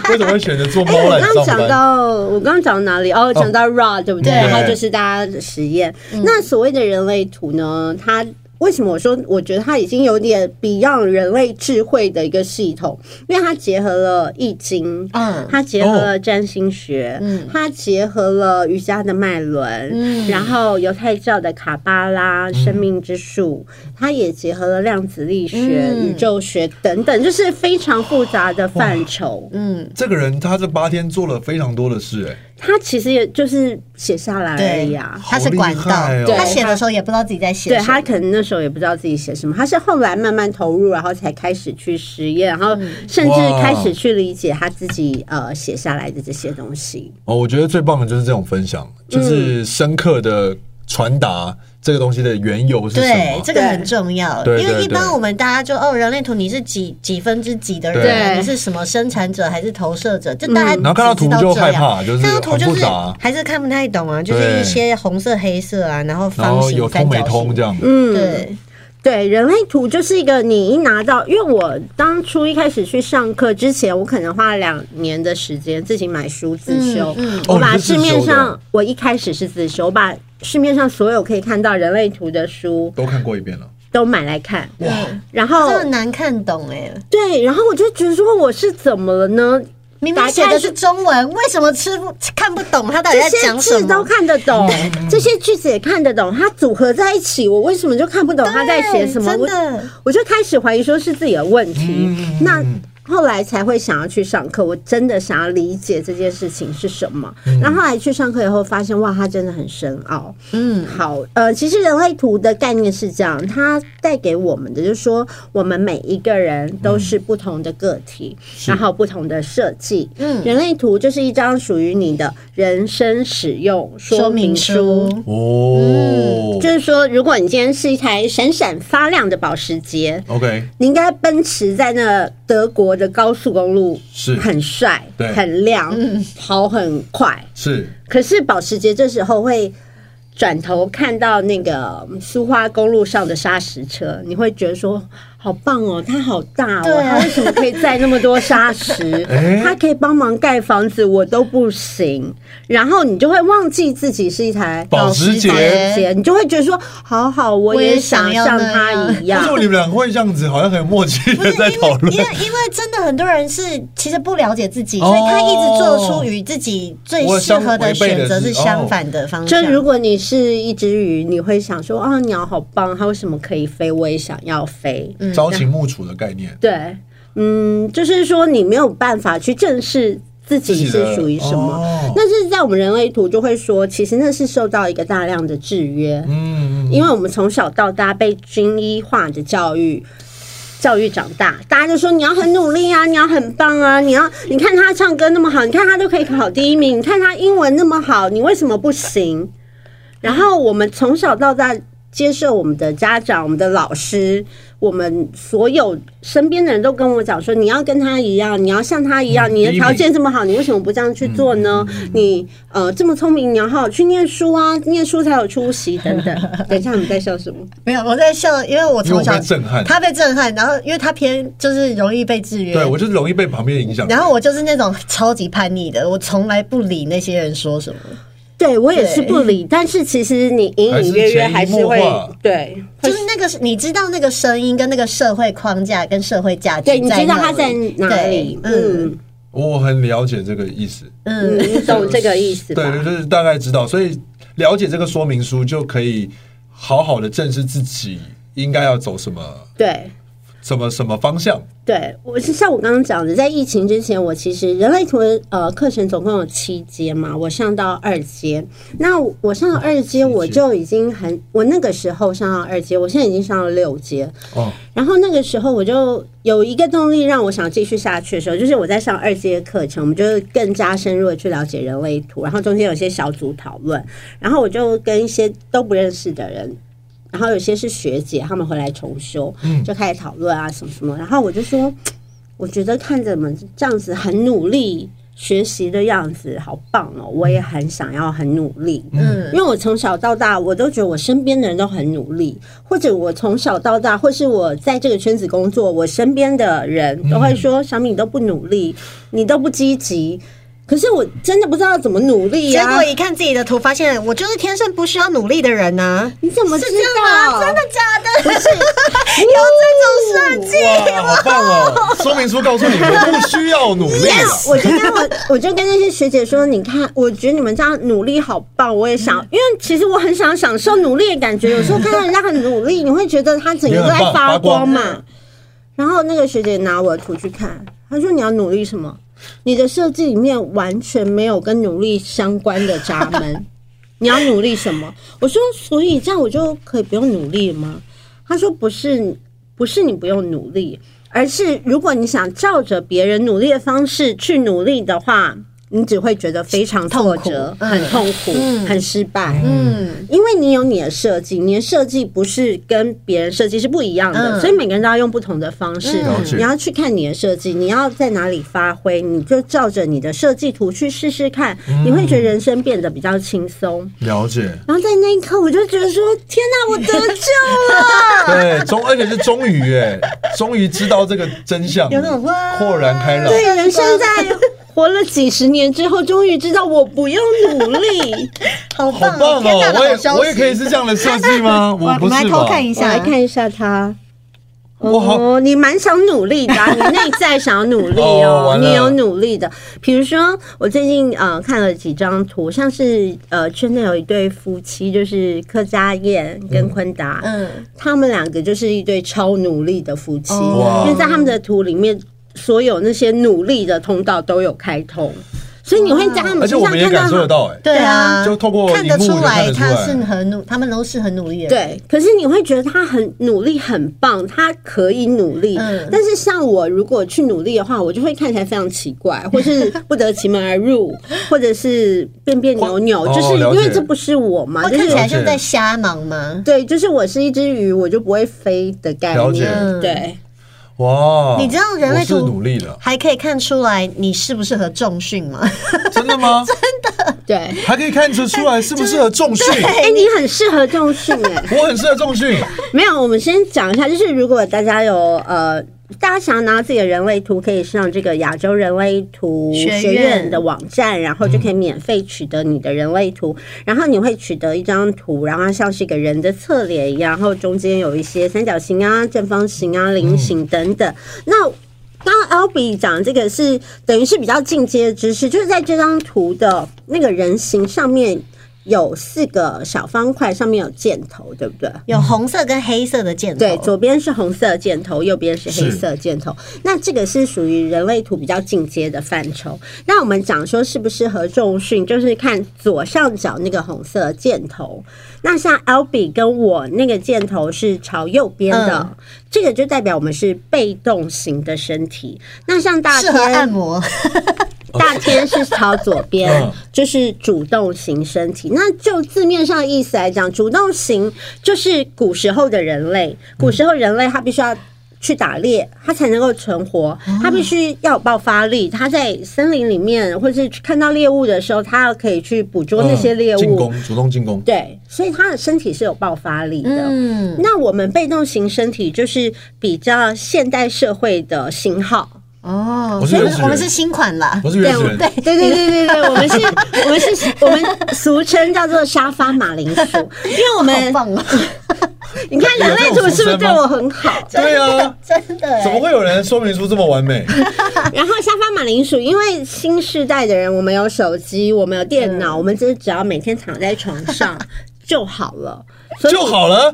Speaker 2: 为什么会选择坐猫
Speaker 3: 哎，我
Speaker 2: 缆
Speaker 3: 刚刚
Speaker 2: 上
Speaker 3: 讲
Speaker 2: 班？
Speaker 3: 到，我刚刚讲到哪里？哦，讲到 raw 对不对？
Speaker 2: 对
Speaker 3: 然后就是大家的实验。
Speaker 1: 嗯
Speaker 3: 那所谓的人类图呢，它为什么我说我觉得它已经有点 beyond 人类智慧的一个系统？因为它结合了易经，
Speaker 1: 嗯哦
Speaker 3: 它结合了占星学，它结合了瑜伽的脉轮，
Speaker 1: 嗯
Speaker 3: 然后犹太教的卡巴拉、生命之树，它也结合了量子力学、
Speaker 1: 嗯
Speaker 3: 宇宙学等等，就是非常复杂的范畴。
Speaker 1: 嗯，
Speaker 2: 这个人他这八天做了非常多的事，哎，
Speaker 3: 他其实也就是写下来而已啊。
Speaker 1: 他是管道
Speaker 2: 好厉害哦，
Speaker 3: 对
Speaker 1: 他写的时候也不知道自己在写
Speaker 3: 对
Speaker 1: 什么。
Speaker 3: 他可能那时候也不知道自己写什么，他是后来慢慢投入，然后才开始去实验，然后甚至
Speaker 2: 哇
Speaker 3: 开始去理解他自己呃写下来的这些东西。
Speaker 2: 哦，我觉得最棒的就是这种分享，就是
Speaker 1: 嗯
Speaker 2: 深刻的传达这个东西的缘由是什
Speaker 1: 对
Speaker 2: 么，。
Speaker 1: 这个很重要，
Speaker 2: 对
Speaker 1: 因为一
Speaker 2: 对
Speaker 1: 般
Speaker 2: 对
Speaker 1: 我们大家就哦，人类图你是几几分之几的
Speaker 3: 对
Speaker 1: 人，你是什么生产者还是投射者，就大家、
Speaker 2: 嗯然后看到图就害怕，就是
Speaker 1: 看到图
Speaker 2: 很
Speaker 1: 就
Speaker 2: 复
Speaker 1: 是
Speaker 2: 杂，
Speaker 1: 还是看不太懂啊，就是
Speaker 2: 对
Speaker 1: 一些红色、黑色啊，然后
Speaker 2: 然
Speaker 1: 方
Speaker 2: 后
Speaker 1: 形、
Speaker 2: 有通没通这
Speaker 1: 样。
Speaker 2: 样。
Speaker 3: 嗯，
Speaker 1: 对，
Speaker 3: 对，人类图就是一个你一拿到，因为我当初一开始去上课之前，我可能花了两年的时间自己买书自修，我
Speaker 2: 哦
Speaker 3: 把
Speaker 2: 你是
Speaker 3: 市
Speaker 2: 自
Speaker 3: 面
Speaker 2: 修的
Speaker 3: 上、我一开始是自修，我把市面上所有可以看到人类图的书
Speaker 2: 都看过一遍了，
Speaker 3: 都买来看，
Speaker 2: 哇！
Speaker 3: 然后
Speaker 1: 这很难看懂哎、
Speaker 3: 对，然后我就觉得说我是怎么了呢？
Speaker 1: 明明写的是中文，为什么吃不看不懂他到底
Speaker 3: 这
Speaker 1: 在
Speaker 3: 些
Speaker 1: 讲什
Speaker 3: 字都
Speaker 1: 么？
Speaker 3: 看得懂， 这些句子也看得懂，它组合在一起，我为什么就看不懂他在写什么？
Speaker 1: 对
Speaker 3: 我
Speaker 1: 真的
Speaker 3: 我就开始怀疑说是自己的问题。那后来才会想要去上课，我真的想要理解这件事情是什么。那、后来去上课以后，发现哇，它真的很深奥。嗯，好，呃，其实人类图的概念是这样，它带给我们的就是说，我们每一个人都是不同的个体，然后不同的设计。嗯，人类图就是一张属于你的人生使用说
Speaker 1: 说
Speaker 3: 明
Speaker 1: 明
Speaker 3: 书。
Speaker 1: 书，嗯
Speaker 2: 哦
Speaker 3: 就是说，如果你今天是一台闪闪发亮的保时捷，
Speaker 2: ，OK，
Speaker 3: 你应该奔驰在那德国的高速公路，
Speaker 2: 是
Speaker 3: 很帅
Speaker 2: 对、
Speaker 3: 很亮、跑很快。
Speaker 2: 是
Speaker 3: 可是保时捷这时候会转头看到那个嗯苏花公路上的砂石车，你会觉得说。好棒哦，它好大
Speaker 1: 对
Speaker 3: 哦，
Speaker 1: 啊
Speaker 3: 它为什么可以载那么多砂石
Speaker 2: 哎？
Speaker 3: 它可以帮忙盖房子，我都不行。然后你就会忘记自己是一台
Speaker 2: 保时捷
Speaker 3: 保捷你就会觉得说，好好，
Speaker 1: 我
Speaker 3: 我
Speaker 1: 也
Speaker 3: 也想
Speaker 1: 想要
Speaker 3: 像
Speaker 1: 那
Speaker 3: 它
Speaker 1: 样
Speaker 3: 一
Speaker 2: 为
Speaker 3: 样
Speaker 2: 什。么你们两个会这样子？好像很有默契的
Speaker 1: 不
Speaker 2: 在
Speaker 1: 是因
Speaker 2: 讨
Speaker 1: 为
Speaker 2: 论
Speaker 1: 因。为因为真的很多人是其实不了解自己，
Speaker 2: 哦
Speaker 1: 所以他一直做出与自己最适合的选择是哦相反的方
Speaker 3: 就
Speaker 1: 向。
Speaker 3: 如果你是一只鱼，你会想说啊，鸟好棒，它为什么可以飞？我也想要飞。
Speaker 1: 嗯
Speaker 2: 朝秦暮楚的概念，
Speaker 3: 对，嗯，就是说你没有办法去正视自己是属于什么。
Speaker 2: 哦
Speaker 3: 那是在我们人类图就会说，其实那是受到一个大量的制约，
Speaker 2: 嗯，
Speaker 3: 因为我们从小到大被军医化的教育。教育长大，大家就说你要很努力啊，你要很棒啊，你要你看他唱歌那么好，你看他都可以考第一名，你看他英文那么好，你为什么不行？然后我们从小到大接受我们的家长、我们的老师、我们所有身边的人都跟我讲说，你要跟他一样，你要像他一样，你的条件这么好，你为什么不这样去做呢？你呃这么聪明，你要好好去念书啊，念书才有出息等等。等一下你们在笑什么？
Speaker 1: 没有，我在笑，因为我
Speaker 2: 因为
Speaker 1: 从
Speaker 2: 我
Speaker 1: 小
Speaker 2: 被震撼，
Speaker 1: 他被震撼，然后因为他偏就是容易被制约，
Speaker 2: 对我就是容易被旁边影响。
Speaker 1: 然后我就是那种超级叛逆的，我从来不理那些人说什么。
Speaker 3: 对我也是不理，但是其实你隐隐约约还
Speaker 2: 还是
Speaker 3: 是会
Speaker 2: 潜移默化
Speaker 3: 对，会
Speaker 1: 就是那个，你知道那个声音跟那个社会框架跟社会价值，
Speaker 3: 对，你知道他在
Speaker 1: 在
Speaker 3: 哪里
Speaker 1: 对？嗯
Speaker 3: 嗯
Speaker 2: 我很了解这个意思，
Speaker 1: 嗯
Speaker 3: 嗯，，你懂这个意思吧？
Speaker 2: 对，就是大概知道，所以了解这个说明书就可以好好的正视自己应该要走什么
Speaker 3: 对
Speaker 2: 什么什么方向。
Speaker 3: 对，我是像我刚刚讲的，在疫情之前，我其实人类图的呃课程总共有七阶嘛，我上到二阶。那我上到二阶，我就已经很，我那个时候上到二阶，我现在已经上到六阶。
Speaker 2: 哦，
Speaker 3: 然后那个时候我就有一个动力让我想继续下去的时候，就是我在上二阶课程，我们就是更加深入的去了解人类图，然后中间有些小组讨论，然后我就跟一些都不认识的人。然后有些是学姐，他们回来重修，就开始讨论啊什么什么。然后我就说，我觉得看着你们这样子很努力学习的样子，好棒哦！我也很想要很努力，
Speaker 1: 嗯
Speaker 3: 因为我从小到大，我都觉得我身边的人都很努力，或者我从小到大，或是我在这个圈子工作，我身边的人都会说：“
Speaker 1: 嗯
Speaker 3: 小米，你都不努力，你都不积极。”可是我真的不知道怎么努力
Speaker 1: 结
Speaker 3: 呀、
Speaker 1: 果一看自己的图，发现我就是天生不需要努力的人啊呐、
Speaker 3: 你怎么
Speaker 1: 是
Speaker 3: 知
Speaker 1: 这样
Speaker 3: 道？
Speaker 1: 啊吗？真的假的？
Speaker 3: 不是
Speaker 1: 有这种设计？
Speaker 2: 哇，好棒哦！说明书告诉你们不需要努力
Speaker 3: 没有
Speaker 2: 啊，
Speaker 3: 我就跟我我就跟那些学姐说，你看，我觉得你们这样努力好棒，我也想，因为其实我很想享受努力的感觉。有时候看到人家很努力，你会觉得他整个都在发光
Speaker 2: 你很
Speaker 3: 嘛。然后那个学姐拿我的图去看，她说你要努力什么？你的设计里面完全没有跟努力相关的闸门，你要努力什么？我说，所以这样我就可以不用努力吗？他说不是，不是你不用努力，而是如果你想照着别人努力的方式去努力的话，你只会觉得非常挫折
Speaker 1: 痛、苦嗯
Speaker 3: 很痛苦、很失败。
Speaker 1: 嗯，
Speaker 3: 因为你有你的设计，你的设计不是跟别人设计是不一样的，
Speaker 1: 嗯
Speaker 3: 所以每个人都要用不同的方式。
Speaker 2: 了解
Speaker 3: 你要去看你的设计，你要在哪里发挥，你就照着你的设计图去试试看，你会觉得人生变得比较轻松。
Speaker 2: 了解。
Speaker 3: 然后在那一刻，我就觉得说：“天哪，我得救 了！”
Speaker 2: 对，终而且是终于哎，终于知道这个真相，
Speaker 1: 有那种哇
Speaker 2: 豁然开朗。
Speaker 3: 对，人生在活了几十年之后，终于知道我不用努力。
Speaker 1: 好
Speaker 2: 好
Speaker 1: 棒啊
Speaker 2: 棒
Speaker 1: 天大
Speaker 2: 哦！
Speaker 1: 的
Speaker 2: 我
Speaker 1: 好消
Speaker 2: 也
Speaker 1: 息
Speaker 2: 我也可以是这样的设计吗？
Speaker 1: 我
Speaker 2: 我不
Speaker 1: 我们来
Speaker 2: 是
Speaker 1: 偷
Speaker 2: 吧？
Speaker 1: 看一
Speaker 3: 我来
Speaker 1: 下，
Speaker 3: 看一下他。
Speaker 2: 我好
Speaker 3: 哦，你蛮想努力的啊、你内在想要努力
Speaker 2: 哦
Speaker 3: 哦，
Speaker 2: 完了
Speaker 3: 你有努力的。比如说，我最近呃看了几张图，像是呃圈内有一对夫妻，就是柯佳燕跟昆达，
Speaker 1: 嗯，
Speaker 3: 他们两个就是一对超努力的夫妻，
Speaker 1: 哦
Speaker 3: 因为在他们的图里面，所有那些努力的通道都有开通，所以你会在他
Speaker 2: 而
Speaker 3: 们
Speaker 2: 且
Speaker 3: 身
Speaker 2: 我
Speaker 3: 上
Speaker 2: 们也
Speaker 3: 看
Speaker 2: 感
Speaker 3: 到
Speaker 2: 受得
Speaker 3: 他。
Speaker 2: 到哎，
Speaker 1: 对啊，
Speaker 2: 就透过
Speaker 1: 看得
Speaker 2: 荧幕
Speaker 1: 出
Speaker 2: 就看
Speaker 1: 来
Speaker 2: 得出
Speaker 1: 他
Speaker 2: 来
Speaker 1: 是很努，他们都是很努力的人，
Speaker 3: 对，可是你会觉得他很努力，很棒，他可以努力。
Speaker 1: 嗯
Speaker 3: 但是像我，如果去努力的话，我就会看起来非常奇怪，或是不得其门而入，或者是变变扭扭，
Speaker 2: 哦
Speaker 3: 就是因
Speaker 2: 了
Speaker 3: 为
Speaker 2: 解
Speaker 3: 这不是我嘛，
Speaker 1: 会
Speaker 3: 就
Speaker 1: 哦看
Speaker 3: 是
Speaker 1: 起来像在瞎忙
Speaker 2: 嗯
Speaker 1: 吗？
Speaker 3: 对，就是我是一只鱼，我就不会飞的概
Speaker 2: 了解
Speaker 3: 念。对，
Speaker 2: 哇！
Speaker 1: 你知道人类
Speaker 2: 我是
Speaker 1: 图
Speaker 2: 努力的，
Speaker 1: 还可以看出来你适不适合重训 吗？
Speaker 2: 真的吗？
Speaker 3: 对。
Speaker 2: 还可以看得出来适不适合重训？
Speaker 3: 哎、你很适合重训哎、
Speaker 2: 我很适合重训，
Speaker 3: 没有，我们先讲一下，就是如果大家有呃，大家想要拿到自己的人类图，可以上这个亚洲人类图
Speaker 1: 学院
Speaker 3: 学院的网站，然后就可以免费取得你的人类图，然后你会取得一张图，然后它像是一个人的侧脸一样，然后中间有一些三角形啊、正方形啊、菱形等等。那刚刚 L B 讲这个是等于是比较进阶的知识，就是在这张图的那个人形上面有四个小方块，上面有箭头，对不对？
Speaker 1: 有红色跟黑色的箭头，
Speaker 3: 对，左边是红色箭头，右边是黑色箭头。那这个是属于人类图比较进阶的范畴。那我们讲说适不适合重训，就是看左上角那个红色箭头。那像 L B 跟我那个箭头是朝右边的，
Speaker 1: 嗯
Speaker 3: 这个就代表我们是被动型的身体。那像大
Speaker 1: 适合按
Speaker 3: 天，
Speaker 1: 摩，
Speaker 3: 大天是朝左边
Speaker 2: 嗯，
Speaker 3: 就是主动型身体。那就字面上意思来讲，主动型就是古时候的人类，古时候人类他必须要。去打猎，他才能够存活。
Speaker 2: 嗯
Speaker 3: 他必须要有爆发力。他在森林里面，或是看到猎物的时候，他要可以去捕捉那些猎
Speaker 2: 嗯进
Speaker 3: 物。
Speaker 2: 攻，主动进攻，
Speaker 3: 对，所以他的身体是有爆发力的。
Speaker 1: 嗯，
Speaker 3: 那我们被动型身体就是比较现代社会的型号。
Speaker 1: 哦，
Speaker 2: 我是
Speaker 1: 所以
Speaker 2: 原始人
Speaker 1: 我们是新款啦，
Speaker 2: 我是原始人
Speaker 1: 对，
Speaker 3: 对对对对对，我们是，我们是，我们俗称叫做沙发马铃薯，因为我
Speaker 1: 好
Speaker 3: 们
Speaker 1: 棒哦，
Speaker 3: 你看人类图是不是对我很好？
Speaker 2: 对啊，
Speaker 1: 真的
Speaker 2: 怎么
Speaker 1: 欸，
Speaker 2: 会有人说明书这么完 美？
Speaker 3: 然后沙发马铃薯，因为新时代的人，我们有手机，我们有电脑，我们只是只要每天躺在床 上就好了，所以
Speaker 2: 就好了，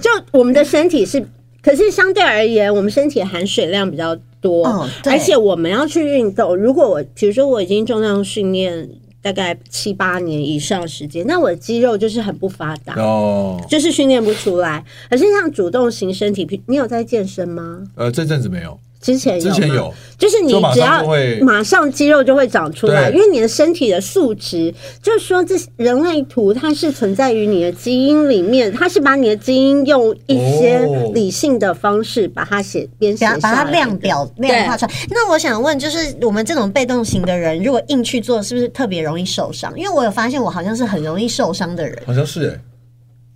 Speaker 3: 就我们的身体是，可是相对而言，我们身体含水量比较多，
Speaker 1: 哦对
Speaker 3: 而且我们要去运动。如果我比如说我已经重量训练大概七八年以上时间，那我的肌肉就是很不发达。
Speaker 2: 哦，
Speaker 3: 就是训练不出来，可是像主动型身体，比你有在健身吗？
Speaker 2: 呃，这阵子没有，
Speaker 3: 之前有
Speaker 2: 之
Speaker 3: 吗
Speaker 2: 前有，
Speaker 3: 就是你
Speaker 2: 就马
Speaker 3: 只
Speaker 2: 上
Speaker 3: 要
Speaker 2: 就会
Speaker 3: 马上肌肉就会长出来，因
Speaker 2: 对
Speaker 3: 为你的身体的素质，就是说这人类图它是存在于你的基因里面，它是把你的基因用一些
Speaker 2: 哦
Speaker 3: 理性的方式把它写编写
Speaker 1: 把把
Speaker 3: 下
Speaker 1: 它
Speaker 3: 来
Speaker 1: 量表量化出来。那我想问，就是我们这种被动型的人，如果硬去做，是不是特别容易受伤？因为我有发现，我好像是很容易受伤的人，
Speaker 2: 好像是哎，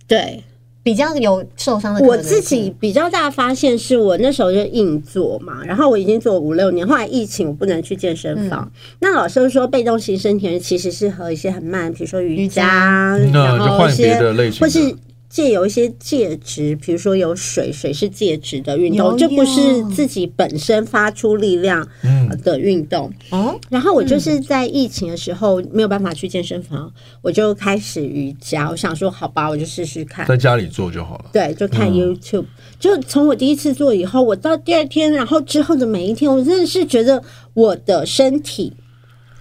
Speaker 3: 对。
Speaker 1: 比较有受伤的可能
Speaker 3: 我
Speaker 1: 性。
Speaker 3: 自己比较大的发现是我那时候就硬做嘛，然后我已经做五六年，后来疫情我不能去健身房，那老师说被动型身体人其实是和一些很慢，比如说瑜伽，
Speaker 2: 瑜伽
Speaker 3: 嗯然
Speaker 2: 嗯那就
Speaker 3: 后
Speaker 2: 换
Speaker 3: 一
Speaker 2: 别
Speaker 3: 些
Speaker 2: 的类型的
Speaker 3: 或是。借由一些介质，比如说有水，水是介质的运
Speaker 1: 有
Speaker 3: 动，这不是
Speaker 1: 有
Speaker 3: 自己本身发出力量呃
Speaker 2: 嗯
Speaker 3: 的运动。
Speaker 1: 哦，
Speaker 3: 然后我就是在疫情的时候没有办法去健身房，我就开始瑜伽。我想说，好吧，我就试试看。
Speaker 2: 在家里做就好了。
Speaker 3: 对，就看 YouTube，、就从我第一次做以后，我到第二天，然后之后的每一天，我真的是觉得我的身体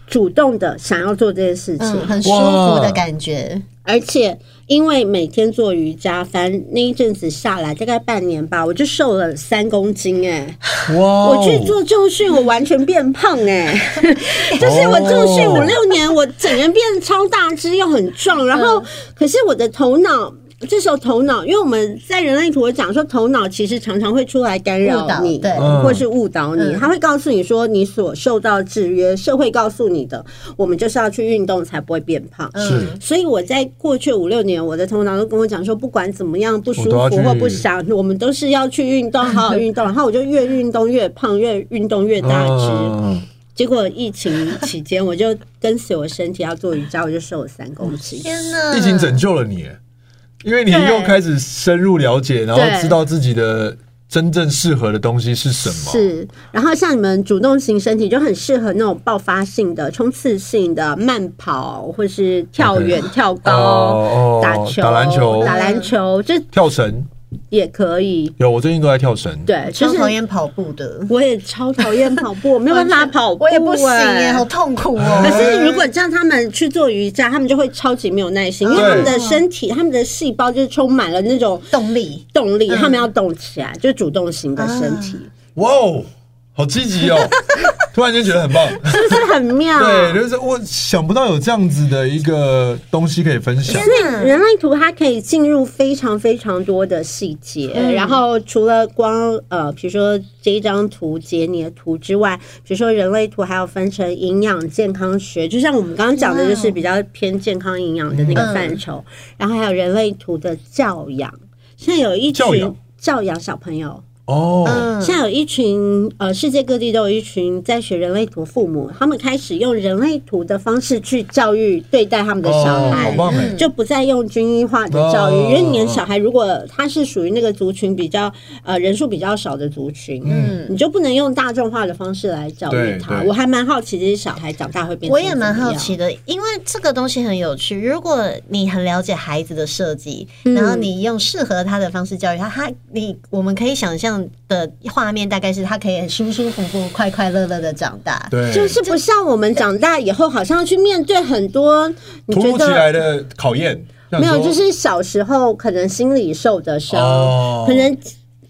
Speaker 3: 主动的想要做这件事情，
Speaker 1: 嗯，很舒服的感觉。
Speaker 3: 而且因为每天做瑜伽，反正那一阵子下来大概半年吧，我就瘦了三公斤哎、
Speaker 2: 哇哦，
Speaker 3: 我去做重训，我完全变胖哎、 就是我重
Speaker 2: 哦
Speaker 3: 训五六年，我整个人变超大只又很壮，然
Speaker 2: 嗯
Speaker 3: 后可是我的头脑。这时候头脑，因为我们在人类图我讲说，头脑其实常常会出来干
Speaker 1: 误
Speaker 3: 扰
Speaker 1: 导
Speaker 3: 你，
Speaker 1: 对
Speaker 2: 嗯
Speaker 3: 或是误导你，他会告诉你说你所受到制约，社会告诉你的，我们就是要去运动才不会变胖。
Speaker 1: 嗯
Speaker 2: 是
Speaker 3: 所以我在过去五六年，我的头脑都跟我讲说，不管怎么样不舒
Speaker 2: 我都要
Speaker 3: 服
Speaker 2: 去
Speaker 3: 或不想，我们都是要去运动，好好运动。然后我就越运动越胖，越运动越大只。
Speaker 2: 嗯
Speaker 3: 结果疫情期间，我就跟随我身体要做瑜伽，我就瘦了三公斤。
Speaker 1: 天啊哪！
Speaker 2: 疫情拯救了你，因为你
Speaker 3: 对
Speaker 2: 又开始深入了解，然后
Speaker 3: 对
Speaker 2: 知道自己的真正适合的东西是什么。
Speaker 3: 是，然后像你们主动型身体就很适合那种爆发性的、冲刺性的慢跑，或是跳远、跳
Speaker 2: 嗯
Speaker 3: 高、
Speaker 2: 哦哦
Speaker 3: 打球、
Speaker 2: 打篮球
Speaker 3: 打篮球，这
Speaker 2: 跳绳
Speaker 3: 也可以。
Speaker 2: 有，我最近都在跳绳。
Speaker 3: 对，就
Speaker 1: 超
Speaker 3: 是
Speaker 1: 讨厌跑步的，
Speaker 3: 我也超讨厌跑 步，我没有办法跑步、
Speaker 1: 我也不行耶，
Speaker 3: 哎
Speaker 1: 好痛苦哦。
Speaker 3: 可是如果叫他们去做瑜伽，他们就会超级没有耐
Speaker 1: 嗯
Speaker 3: 心，因为
Speaker 2: 对
Speaker 3: 他们的身体、他们的细胞就是充满了那种
Speaker 1: 动力，
Speaker 3: 动力，他们要动起来，就是主动型的身体，
Speaker 2: 哇哦，好积 极哦！突然间觉得很棒。
Speaker 1: 啊
Speaker 3: 是不是很妙？啊
Speaker 2: 对，就是我想不到有这样子的一个东西可以分享。
Speaker 3: 人类图它可以进入非常非常多的细节，然后除了光呃，比如说这一张图截你的图之外，比如说人类图还有分成营养健康学，就像我们刚刚讲的，就是比较偏健康营养的那个范畴，然后还有人类图的教养，现在有一
Speaker 2: 教
Speaker 3: 群
Speaker 2: 养
Speaker 3: 教养小朋友，
Speaker 2: 哦，
Speaker 1: 嗯，
Speaker 3: 现在有一群呃，世界各地都有一群在学人类图父母，他们开始用人类图的方式去教育对待他们的小
Speaker 2: 哦，
Speaker 3: 孩，
Speaker 2: 好棒哎！
Speaker 3: 就不再用军医化的教育，
Speaker 2: 哦
Speaker 3: 因为你的小孩如果他是属于那个族群比较呃人数比较少的族群，嗯，你就不能用大众化的方式来教育
Speaker 2: 对
Speaker 3: 他。
Speaker 2: 对
Speaker 3: 我还蛮好奇这些小孩长大会变成
Speaker 1: 我也蛮
Speaker 3: 怎么
Speaker 1: 好
Speaker 3: 样
Speaker 1: 奇的，因为这个东西很有趣。如果你很了解孩子的设计，然
Speaker 3: 嗯
Speaker 1: 后你用适合他的方式教育他，他你我们可以想象的画面大概是他可以很舒舒服服、快快乐乐的长大。
Speaker 2: 对，
Speaker 3: 就是不像我们长大以后，好像要去面对很多你
Speaker 2: 突
Speaker 3: 觉
Speaker 2: 如其
Speaker 3: 得
Speaker 2: 来的考验。
Speaker 3: 没有，
Speaker 2: 想说
Speaker 3: 就是小时候可能心里受的伤，
Speaker 2: 哦
Speaker 3: 可能。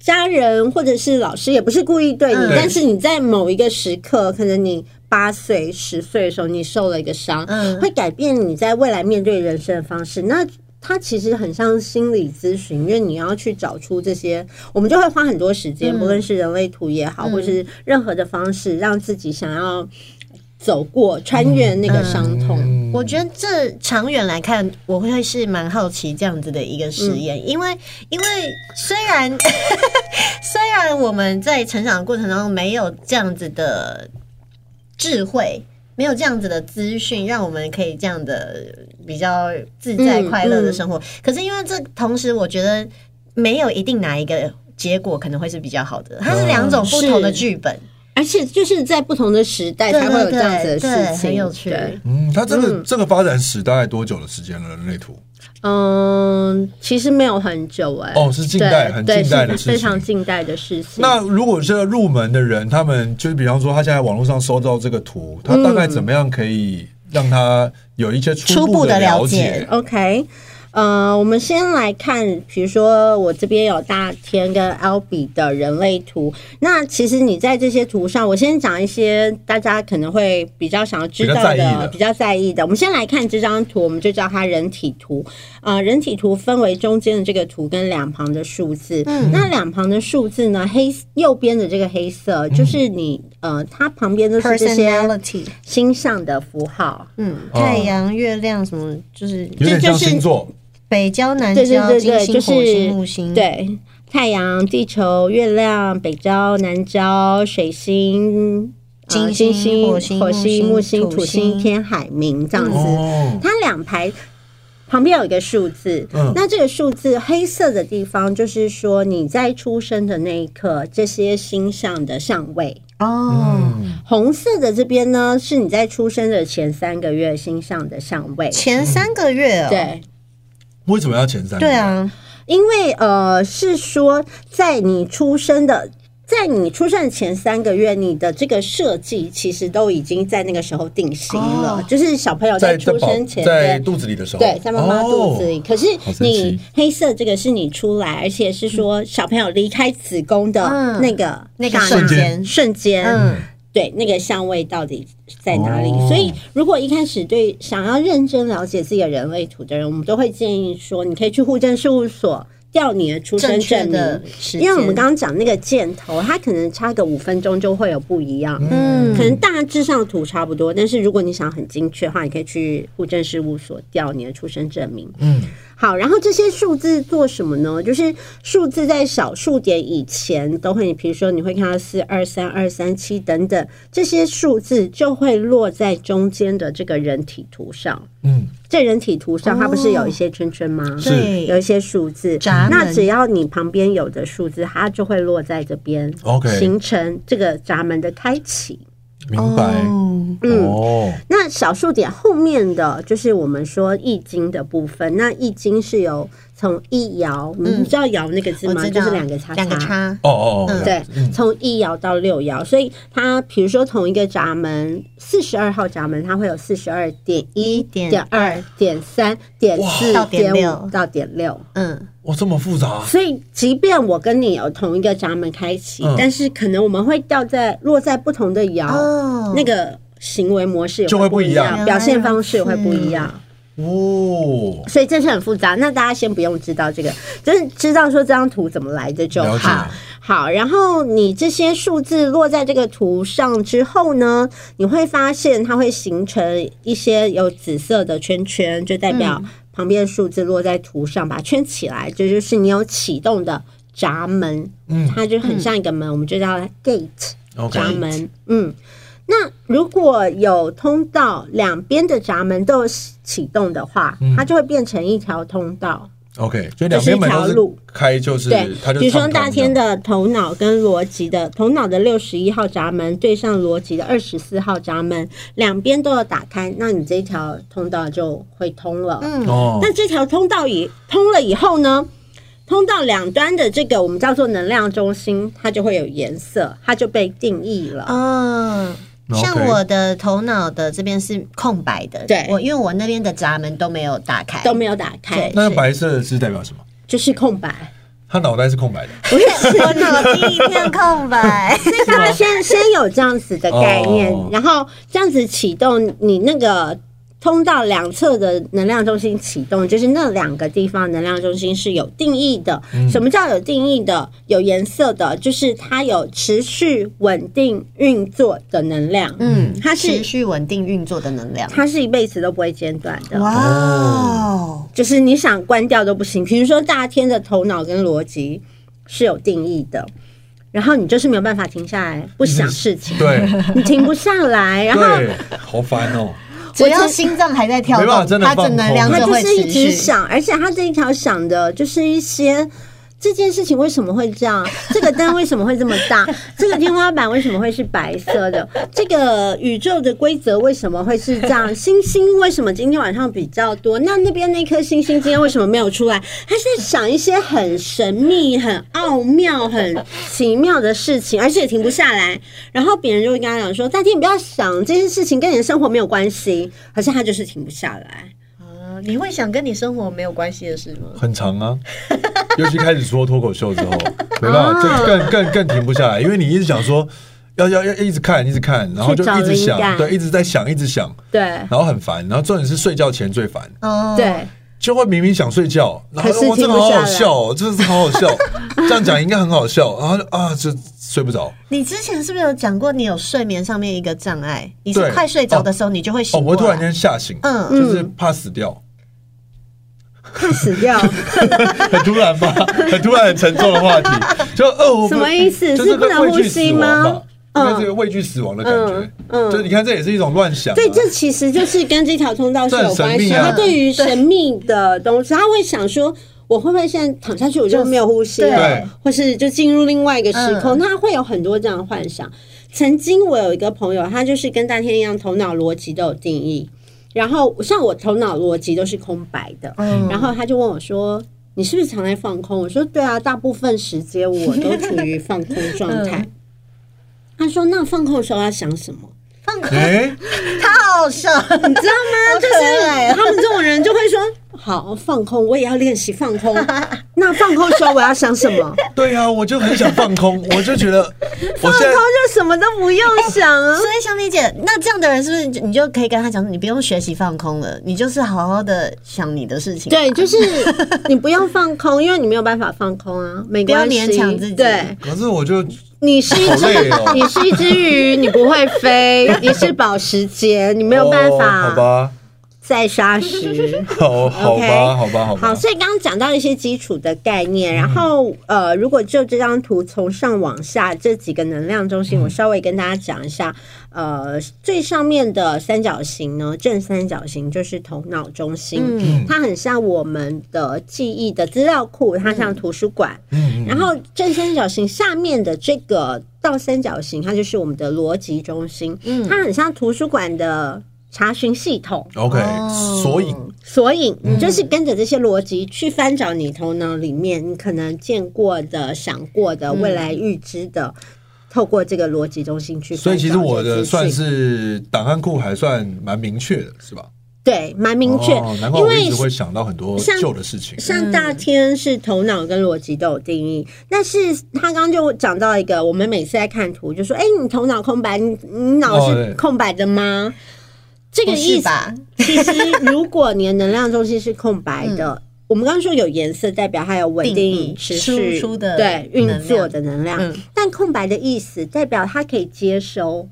Speaker 3: 家人或者是老师也不是故意对你，
Speaker 1: 嗯
Speaker 3: 但是你在某一个时刻，可能你八岁、十岁的时候，你受了一个伤，
Speaker 1: 嗯
Speaker 3: 会改变你在未来面对人生的方式。那它其实很像心理咨询，因为你要去找出这些，我们就会花很多时
Speaker 1: 嗯
Speaker 3: 间，不论是人类图也好，或是任何的方式，让自己想要走过、穿越那
Speaker 1: 嗯
Speaker 3: 个伤痛。
Speaker 2: 嗯
Speaker 1: 我觉得这长远来看，我会是蛮好奇这样子的一个实验，
Speaker 3: 嗯
Speaker 1: 因为因为虽然 虽然我们在成长的过程中没有这样子的智慧，没有这样子的资讯，让我们可以这样的比较自在
Speaker 3: 嗯
Speaker 1: 快乐的生活，可是因为这同时，我觉得没有一定哪一个结果可能会是比较好的，它
Speaker 3: 嗯
Speaker 1: 是两种不同的
Speaker 3: 是
Speaker 1: 剧本，
Speaker 3: 而且就是在不同的时代才会有这样子的
Speaker 1: 对对对
Speaker 3: 事情，
Speaker 1: 很有趣
Speaker 3: 对
Speaker 2: 嗯，它这个这个发展史大概多久的时间了？人类图
Speaker 3: 嗯，其实没有很久哎、
Speaker 2: 哦，是近代，很近代的
Speaker 3: 是非
Speaker 2: 事
Speaker 3: 常
Speaker 2: 情。
Speaker 3: 近代的事情。
Speaker 2: 那如果是要入门的人，他们就是比方说，他现在网络上搜到这个图，他大概怎么样可以让他有一些
Speaker 1: 初步
Speaker 2: 步
Speaker 1: 的了
Speaker 2: 了
Speaker 1: 解？
Speaker 3: OK，呃，我们先来看，比如说我这边有大天跟 L B 的人类图。那其实你在这些图上，我先讲一些大家可能会比较想要知道
Speaker 2: 比较在意的
Speaker 3: 的、比较在意的。我们先来看这张图，我们就叫它人体图。呃，人体图分为中间的这个图跟两旁的数字。那两旁的数字呢，黑右边的这个黑色就是你、呃，它旁边都是这些
Speaker 1: ，personality，
Speaker 3: 星象的符号。
Speaker 1: 嗯，
Speaker 2: 哦
Speaker 1: 太阳、月亮什么，就是
Speaker 2: 有点像星座，
Speaker 1: 北交、南
Speaker 3: 对对
Speaker 1: 交、
Speaker 3: 对
Speaker 1: 金
Speaker 3: 对，
Speaker 1: 星、
Speaker 3: 就
Speaker 1: 火星、木
Speaker 3: 是
Speaker 1: 星，，
Speaker 3: 对太阳、地球、月亮、北交、南交、水星、呃
Speaker 1: 金
Speaker 3: 金
Speaker 1: 星火
Speaker 3: 火
Speaker 1: 星木
Speaker 3: 星、
Speaker 1: 星
Speaker 3: 木星、
Speaker 1: 土
Speaker 3: 土星、
Speaker 1: 星
Speaker 3: 天海冥这样子。
Speaker 2: 哦，
Speaker 3: 它两排旁边有一个数字，
Speaker 2: 嗯
Speaker 3: 那这个数字黑色的地方就是说你在出生的那一刻，这些星象的相位。
Speaker 1: 哦，
Speaker 2: 嗯，
Speaker 3: 红色的这边呢，是你在出生的前三个月星象的相位。
Speaker 1: 前三个月哦，
Speaker 3: 对，
Speaker 2: 为什么要前三？
Speaker 1: 对，啊，
Speaker 3: 因为呃，是说在你出生的。在你出生的前三个月，你的这个设计其实都已经在那个时候定型了，
Speaker 1: 哦
Speaker 3: 就是小朋友
Speaker 2: 在
Speaker 3: 出
Speaker 2: 宝
Speaker 3: 生前
Speaker 2: 在
Speaker 3: 的。
Speaker 2: 肚子里的时候，
Speaker 3: 对，在妈妈肚子里。
Speaker 2: 哦
Speaker 3: 可是
Speaker 2: 好神奇
Speaker 3: 你黑色这个是你出来，而且是说小朋友离开子宫的
Speaker 1: 嗯
Speaker 3: 那个
Speaker 1: 那个
Speaker 3: 刹那
Speaker 1: 瞬间
Speaker 3: 瞬间，
Speaker 1: 嗯，
Speaker 3: 对，那个相位到底在哪里？
Speaker 2: 哦
Speaker 3: 所以，如果一开始对想要认真了解自己的人类图的人，我们都会建议说，你可以去户政事务所调你的出生
Speaker 1: 正嗯确
Speaker 3: 证
Speaker 1: 的
Speaker 3: 明，
Speaker 1: 时间，
Speaker 3: 因为我们刚刚讲那个箭头，它可能差个五分钟就会有不一样。
Speaker 1: 嗯
Speaker 3: 可能大致上图差不多，但是如果你想很精确的话，你可以去户政事务所调你的出生证明。
Speaker 2: 嗯，
Speaker 3: 好，然后这些数字做什么呢？就是数字在小数点以前都会，比如说你会看到四二三二三七等等，这些数字就会落在中间的这个人体图上。
Speaker 2: 嗯，
Speaker 3: 这人体图上它不是有一些圈圈吗？
Speaker 2: 是
Speaker 1: 对
Speaker 3: 有一些数字，
Speaker 1: 哦闸门
Speaker 3: 那只要你旁边有的数字，它就会落在这边
Speaker 2: OK
Speaker 3: 形成这个闸门的开启。
Speaker 2: 明白。
Speaker 1: 哦
Speaker 3: 嗯
Speaker 2: 哦，
Speaker 3: 那小数点后面的就是我们说易经的部分。那易经是有从一爻，你知道爻那个字
Speaker 1: 我
Speaker 3: 吗？
Speaker 1: 哦知
Speaker 3: 就
Speaker 1: 道
Speaker 3: 是两个叉
Speaker 1: 两个。叉，
Speaker 2: 哦哦哦，
Speaker 3: 对，从一爻到六爻，所以它比如说同一个闸门，四十二号闸门，它会有四十二点一、点二、点三、点四、
Speaker 1: 到点
Speaker 3: 点
Speaker 1: 六
Speaker 3: 五到点六。
Speaker 1: 嗯，
Speaker 2: 哇，这么复杂，
Speaker 3: 所以，即便我跟你有同一个闸门开启，
Speaker 2: 嗯
Speaker 3: 但是可能我们会掉在落在不同的爻，
Speaker 1: 哦
Speaker 3: 那个行为模式也
Speaker 2: 就会不
Speaker 3: 一
Speaker 2: 一样
Speaker 1: 原来
Speaker 3: 表现方式也会不一样。
Speaker 2: 哦，
Speaker 3: 所以这是很复杂。那大家先不用知道这个，就是知道说这张图怎么来的就
Speaker 2: 了解
Speaker 3: 好。好，然后你这些数字落在这个图上之后呢，你会发现它会形成一些有紫色的圈圈，就代表旁边的数字落在图上，把它圈起来，这就是你有启动的闸门。
Speaker 2: 嗯
Speaker 3: 它就很像一个门，我们就叫它 gate。
Speaker 2: ，OK，
Speaker 3: 闸门。嗯，那如果有通道两边的闸门都有启动的话，
Speaker 2: 嗯
Speaker 3: 它就会变成一条通道。
Speaker 2: OK，所以两边门都
Speaker 3: 这是一条
Speaker 2: 是
Speaker 3: 路
Speaker 2: 开，就是
Speaker 3: 对
Speaker 2: 它，就
Speaker 3: 比如说
Speaker 2: 畅通
Speaker 3: 大天的头脑跟逻辑的头脑的六十一号闸门对上逻辑的二十四号闸门，两边都有打开，那你这条通道就会通了。
Speaker 1: 嗯
Speaker 2: 这样哦，
Speaker 3: 那这条通道以通了以后呢，通道两端的这个我们叫做能量中心，它就会有颜色，它就被定义了。
Speaker 1: 哦。
Speaker 2: OK
Speaker 1: 像我的头脑的这边是空白的，
Speaker 3: 对
Speaker 1: 我因为我那边的闸门都没有打开，
Speaker 3: 都没有打开
Speaker 1: 对，
Speaker 2: 那白色的是代表什么？
Speaker 3: 就是空白。
Speaker 2: 他脑袋是空白的。
Speaker 1: 我也是，我脑筋一片空 白。
Speaker 3: 他们先先有这样子的概念，
Speaker 2: 哦
Speaker 3: 然后这样子启动你那个通道两侧的能量中心启动，就是那两个地方能量中心是有定义的。什么叫有定义的？有颜色的，就是它有持续稳定运作的能量。
Speaker 1: 嗯，
Speaker 3: 它
Speaker 1: 持
Speaker 3: 是
Speaker 1: 续稳定运作的能 量。
Speaker 3: 它是一辈子都不会间断的。
Speaker 1: 哇哦，
Speaker 3: 就是你想关掉都不行。比如说大天的头脑跟逻辑是有定义的，然后你就是没有办法停下来不想事情，
Speaker 2: 对
Speaker 3: 你停不下来， 然后
Speaker 2: 嗯对，好烦哦。
Speaker 1: 只要心脏还在跳
Speaker 2: 没办法
Speaker 1: 动，
Speaker 2: 真的
Speaker 1: 它
Speaker 2: 放空
Speaker 1: 的能量
Speaker 3: 他
Speaker 1: 就
Speaker 3: 就
Speaker 1: 会
Speaker 3: 是一
Speaker 1: 持
Speaker 3: 直
Speaker 1: 续。
Speaker 3: 想，而且他这一条想的就是一些。这件事情为什么会这样？这个灯为什么会这么大？ 这个天花板为什么会是白色的？这个宇宙的规则为什么会是这样？星星为什么今天晚上比较多？那那边那颗星星今天为什么没有出来？他是在想一些很神秘、很奥妙、很奇妙的事情，而且停不下来。然后别人就会跟他讲说：“大天，你不要想这些事情跟你的生活没有关系。”可是他就是停不下来。
Speaker 1: 啊你会想跟你生活没有关系的事吗？
Speaker 2: 很长 啊，尤其开始说脱口秀之后，没
Speaker 3: 哦
Speaker 2: 办法，就更更更停不下来，因为你一直想说要要要一直看一直看，然后就
Speaker 3: 去找
Speaker 2: 一直
Speaker 3: 灵
Speaker 2: 想，
Speaker 3: 感
Speaker 2: 对，一直在想一直想，
Speaker 3: 对
Speaker 2: 然后很烦，然后重点是睡觉前最烦，
Speaker 1: 哦，
Speaker 3: 对，
Speaker 2: 就会明明想睡觉，然后
Speaker 3: 可是
Speaker 2: 我真的
Speaker 3: 停不
Speaker 2: 好
Speaker 3: 下来
Speaker 2: 好笑哦，真的是好好 笑，这样讲应该很好笑，然后就啊就睡不着。
Speaker 1: 你之前是不是有讲过你有睡眠上面一个障碍？你是
Speaker 2: 对
Speaker 1: 快睡着的时候你就会
Speaker 2: 哦，
Speaker 1: 醒
Speaker 2: 我会
Speaker 1: 过
Speaker 2: 突然
Speaker 1: 来。
Speaker 2: 间吓醒，
Speaker 1: 嗯，
Speaker 2: 就是怕死掉，
Speaker 3: 怕死掉，
Speaker 2: 很突然吧， 很突然很沉重的话题，就哦，我不
Speaker 3: 什么意思
Speaker 2: 就是
Speaker 3: 是不能
Speaker 2: 畏惧
Speaker 3: 呼吸
Speaker 2: 死亡
Speaker 3: 吗
Speaker 2: 吧？应该是个畏惧死亡的感觉
Speaker 3: 嗯，嗯
Speaker 2: 就你看这也是一种乱想啊，
Speaker 3: 对，这其实就是跟这条通道是有关
Speaker 2: 这很神
Speaker 3: 系。
Speaker 2: 秘啊
Speaker 3: 他对于神秘的东西，他会想说。我会不会现在躺下去我就没有呼吸
Speaker 2: 对
Speaker 3: 了，或是就进入另外一个时空？
Speaker 1: 嗯
Speaker 3: 他会有很多这样的幻想。曾经我有一个朋友，他就是跟大天一样，头脑逻辑都有定义。然后像我头脑逻辑都是空白的，然后他就问我说：“你是不是常在放空？”我说：“对啊，大部分时间我都处于放空状态。他说：“那放空的时候要想什么？”
Speaker 1: 放空，
Speaker 2: 哎，
Speaker 1: 他好笑，
Speaker 3: 你知道吗？
Speaker 1: 好
Speaker 3: 就
Speaker 1: 可爱
Speaker 3: 是
Speaker 1: 啊
Speaker 3: 他们这种人就会说：“好，放空，我也要练习放 空。那放空的时候我要想什么？
Speaker 2: 对呀，我就很想放空， 我就觉得我
Speaker 3: 放
Speaker 2: 现在
Speaker 3: 空就什么都不用想啊
Speaker 1: 所。以，香丽姐，那这样的人是不是你就你就可以跟他讲，你不用学习放空了，你就是好好的想你的事情。
Speaker 3: 对，就是你不用放空，因为你没有办法放空啊，没
Speaker 1: 不要
Speaker 3: 关系。
Speaker 1: 勉强自己
Speaker 3: 对，
Speaker 2: 可是我就
Speaker 3: 你是一
Speaker 2: 好
Speaker 3: 只
Speaker 2: 累哦，
Speaker 3: 你是一只鱼，你不会 飞，你是保时捷，你没有办
Speaker 2: 哦好
Speaker 3: 法
Speaker 2: 吧，
Speaker 3: 再砂石。
Speaker 2: 好哦好
Speaker 3: OK
Speaker 2: 吧，好吧，好吧
Speaker 3: 好，，所以刚刚讲到一些基础的概念，然后呃，如果就这张图从上往下这几个能量中心，我稍微跟大家讲一下。呃，最上面的三角形呢，正三角形就是头脑中心，
Speaker 1: 嗯
Speaker 3: 它很像我们的记忆的资料库，它像图书馆。
Speaker 2: 嗯
Speaker 3: 然后正三角形下面的这个倒三角形，它就是我们的逻辑中心，
Speaker 1: 嗯
Speaker 3: 它很像图书馆的查询系统。
Speaker 2: ，OK，
Speaker 1: 哦
Speaker 2: 所以
Speaker 3: 所以你
Speaker 1: 嗯
Speaker 3: 就是跟着这些逻辑去翻找你头脑里面你可能见过的、想过的、未来预知的，
Speaker 1: 嗯
Speaker 3: 透过这个逻辑中心去翻找
Speaker 2: 所以其实我
Speaker 3: 这
Speaker 2: 的
Speaker 3: 些资
Speaker 2: 算
Speaker 3: 讯
Speaker 2: 是档案库还算蛮明确的，是吧？
Speaker 3: 对蛮明确，
Speaker 2: 哦，难怪
Speaker 3: 因
Speaker 2: 我一
Speaker 3: 为
Speaker 2: 直会想到很多
Speaker 3: 像
Speaker 2: 旧的事情。
Speaker 3: 像大天是头脑跟逻辑都有定义，但是他刚刚就讲到一个，我们每次在看图就说：“哎、你头脑空白，你你脑
Speaker 2: 哦对
Speaker 3: 是空白的吗？”这个
Speaker 1: 不
Speaker 3: 意
Speaker 1: 是
Speaker 3: 思
Speaker 1: 吧？
Speaker 3: 其实，如果你的能量中心是空白的，我们刚刚说有颜色代表它有稳
Speaker 1: 定
Speaker 3: 定
Speaker 1: 义
Speaker 3: 持续
Speaker 1: 输出的
Speaker 3: 对
Speaker 1: 能
Speaker 3: 运
Speaker 1: 量
Speaker 3: 作的能量，
Speaker 1: 嗯
Speaker 3: 但空白的意思代表它可以接收，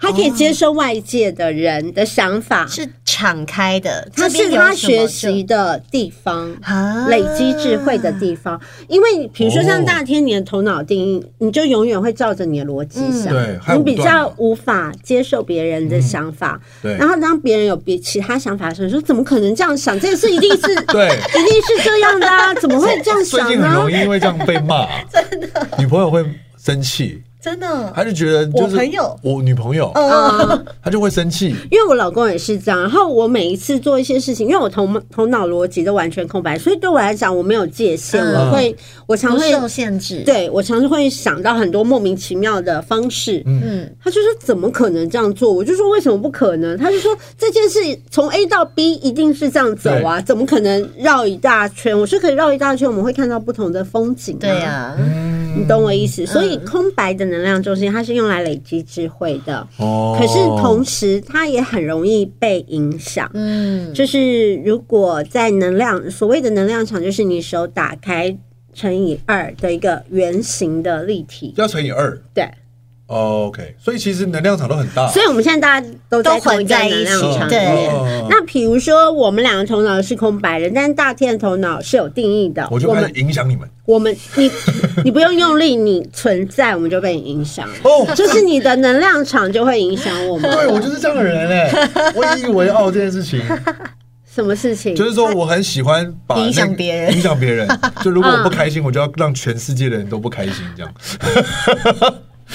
Speaker 3: 它可以接收外界的人的想法，
Speaker 1: 是敞开的，
Speaker 3: 它
Speaker 1: 这边
Speaker 3: 是
Speaker 1: 有
Speaker 3: 他
Speaker 1: 什么
Speaker 3: 学
Speaker 1: 就
Speaker 3: 习的地方。
Speaker 1: 啊
Speaker 3: 累积智慧的地方，因为比如说像
Speaker 2: 哦
Speaker 3: 大天，你的头脑定义，你就永远会照着你的逻辑想，
Speaker 2: 对还有
Speaker 3: 你比
Speaker 2: 不断
Speaker 3: 较
Speaker 2: 嘛
Speaker 3: 无法接受别人的想法。
Speaker 2: 对
Speaker 3: 然后当别人有别其他想法的时候，你说怎么可能这样想？这件事一 定是
Speaker 2: 对
Speaker 3: 一定是这样的啊，怎么会这 样
Speaker 2: 最
Speaker 3: 想
Speaker 2: 近很
Speaker 3: 呢
Speaker 2: 容？易因为这样被骂，真的，女朋友会生气，
Speaker 1: 真的
Speaker 2: 他就觉得就是
Speaker 1: 我朋友
Speaker 2: 我女朋
Speaker 3: 嗯
Speaker 2: 友，
Speaker 3: 哦
Speaker 2: 他就会生气。
Speaker 3: 因为我老公也是这样，然后我每一次做一些事情，因为我头头脑逻辑都完全空白，所以对我来讲我没有界限，
Speaker 1: 嗯
Speaker 3: 我会我常
Speaker 1: 不
Speaker 3: 会
Speaker 1: 受限制。，
Speaker 3: 对我常常会想到很多莫名其妙的方式。
Speaker 1: 嗯，
Speaker 3: 他就说怎么可能这样做？我就说为什么不可能？他就说这件事从 A 到 B 一定是这样走啊，怎么可能绕一大圈？我说可以绕一大圈，我们会看到不同的风景、
Speaker 1: 对
Speaker 3: 呀、
Speaker 1: 呀、
Speaker 2: 嗯
Speaker 3: 你懂我意思。所以空白的能量中心，它是用来累积智慧的，
Speaker 2: 哦
Speaker 3: 可是同时它也很容易被影响。
Speaker 1: 嗯，
Speaker 3: 就是如果在能量所谓的能量场，就是你手打开乘以二的一个圆形的立体，
Speaker 2: 要乘以二。
Speaker 3: 对。
Speaker 2: 哦 OK，所以其实能量场都很大，嗯
Speaker 3: 所以我们现在大家都
Speaker 1: 都
Speaker 3: 在
Speaker 1: 混
Speaker 3: 同个
Speaker 1: 在一
Speaker 3: 能量
Speaker 1: 起
Speaker 3: 场里
Speaker 1: 对
Speaker 3: 面。
Speaker 2: 哦
Speaker 3: 那比如说，我们两个头脑是空白的，但大天的头脑是有定义的。
Speaker 2: 我就开始
Speaker 3: 们
Speaker 2: 影响你们
Speaker 3: 我们你 你不用用力，你存在我们就被你影响了，
Speaker 2: 哦。
Speaker 3: 就是你的能量场就会影响我
Speaker 2: 对，
Speaker 3: 们。
Speaker 2: 我就是这样的人 哎，我引以为傲这件事情，
Speaker 3: 什么事情？
Speaker 2: 就是说我很喜欢把那个
Speaker 1: 影响别人
Speaker 2: 影响别人。就如果我不开
Speaker 3: 嗯
Speaker 2: 心，我就要让全世界的人都不开心，这样。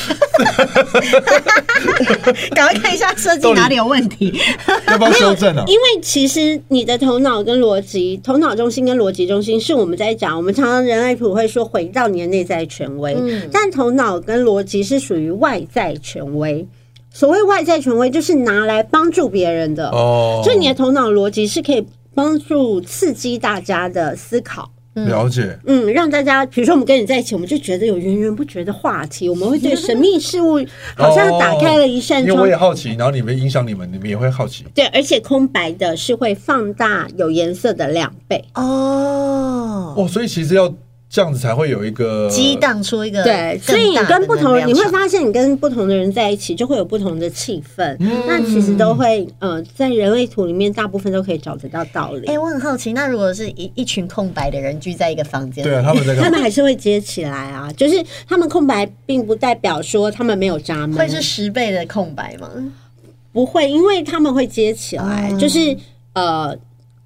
Speaker 1: 赶快看一下设计哪里有问题。
Speaker 2: 要不要修正啊？
Speaker 3: 因为其实你的头脑跟逻辑、头脑中心跟逻辑中心是我们在讲，我们常常人类普会说回到你的内在权威，
Speaker 1: 嗯
Speaker 3: 但头脑跟逻辑是属于外在权威。所谓外在权威，就是拿来帮助别人的，
Speaker 2: 哦，
Speaker 3: 就你的头脑逻辑是可以帮助刺激大家的思考。
Speaker 2: 了解，
Speaker 3: 嗯，让大家，比如说我们跟你在一起，我们就觉得有源源不绝的话题，我们会对神秘 事物好像打开了一扇
Speaker 2: 哦因为
Speaker 3: 窗
Speaker 2: 我也好奇，然后你们影响你们，你们也会好奇。
Speaker 3: 对，而且空白的是会放大有颜色的两倍。
Speaker 1: 哦，
Speaker 2: 哦，所以其实要这样子才会有一个
Speaker 1: 激。荡出一个
Speaker 3: 对，所以你跟不同人，你会发现你跟不同的人在一起，就会有不同的气氛。那其实都会，呃，在人类图里面，大部分都可以找得到道理
Speaker 1: 哎、。我很好奇，那如果是一一群空白的人聚在一个房间，
Speaker 2: 对啊，他 们在
Speaker 3: 他
Speaker 2: 干嘛？
Speaker 3: 们还是会接起来啊，就是他们空白，并不代表说他们没有闸门，
Speaker 1: 会是十倍的空白吗？
Speaker 3: 不会，因为他们会接起来，
Speaker 1: 哦
Speaker 3: 就是呃，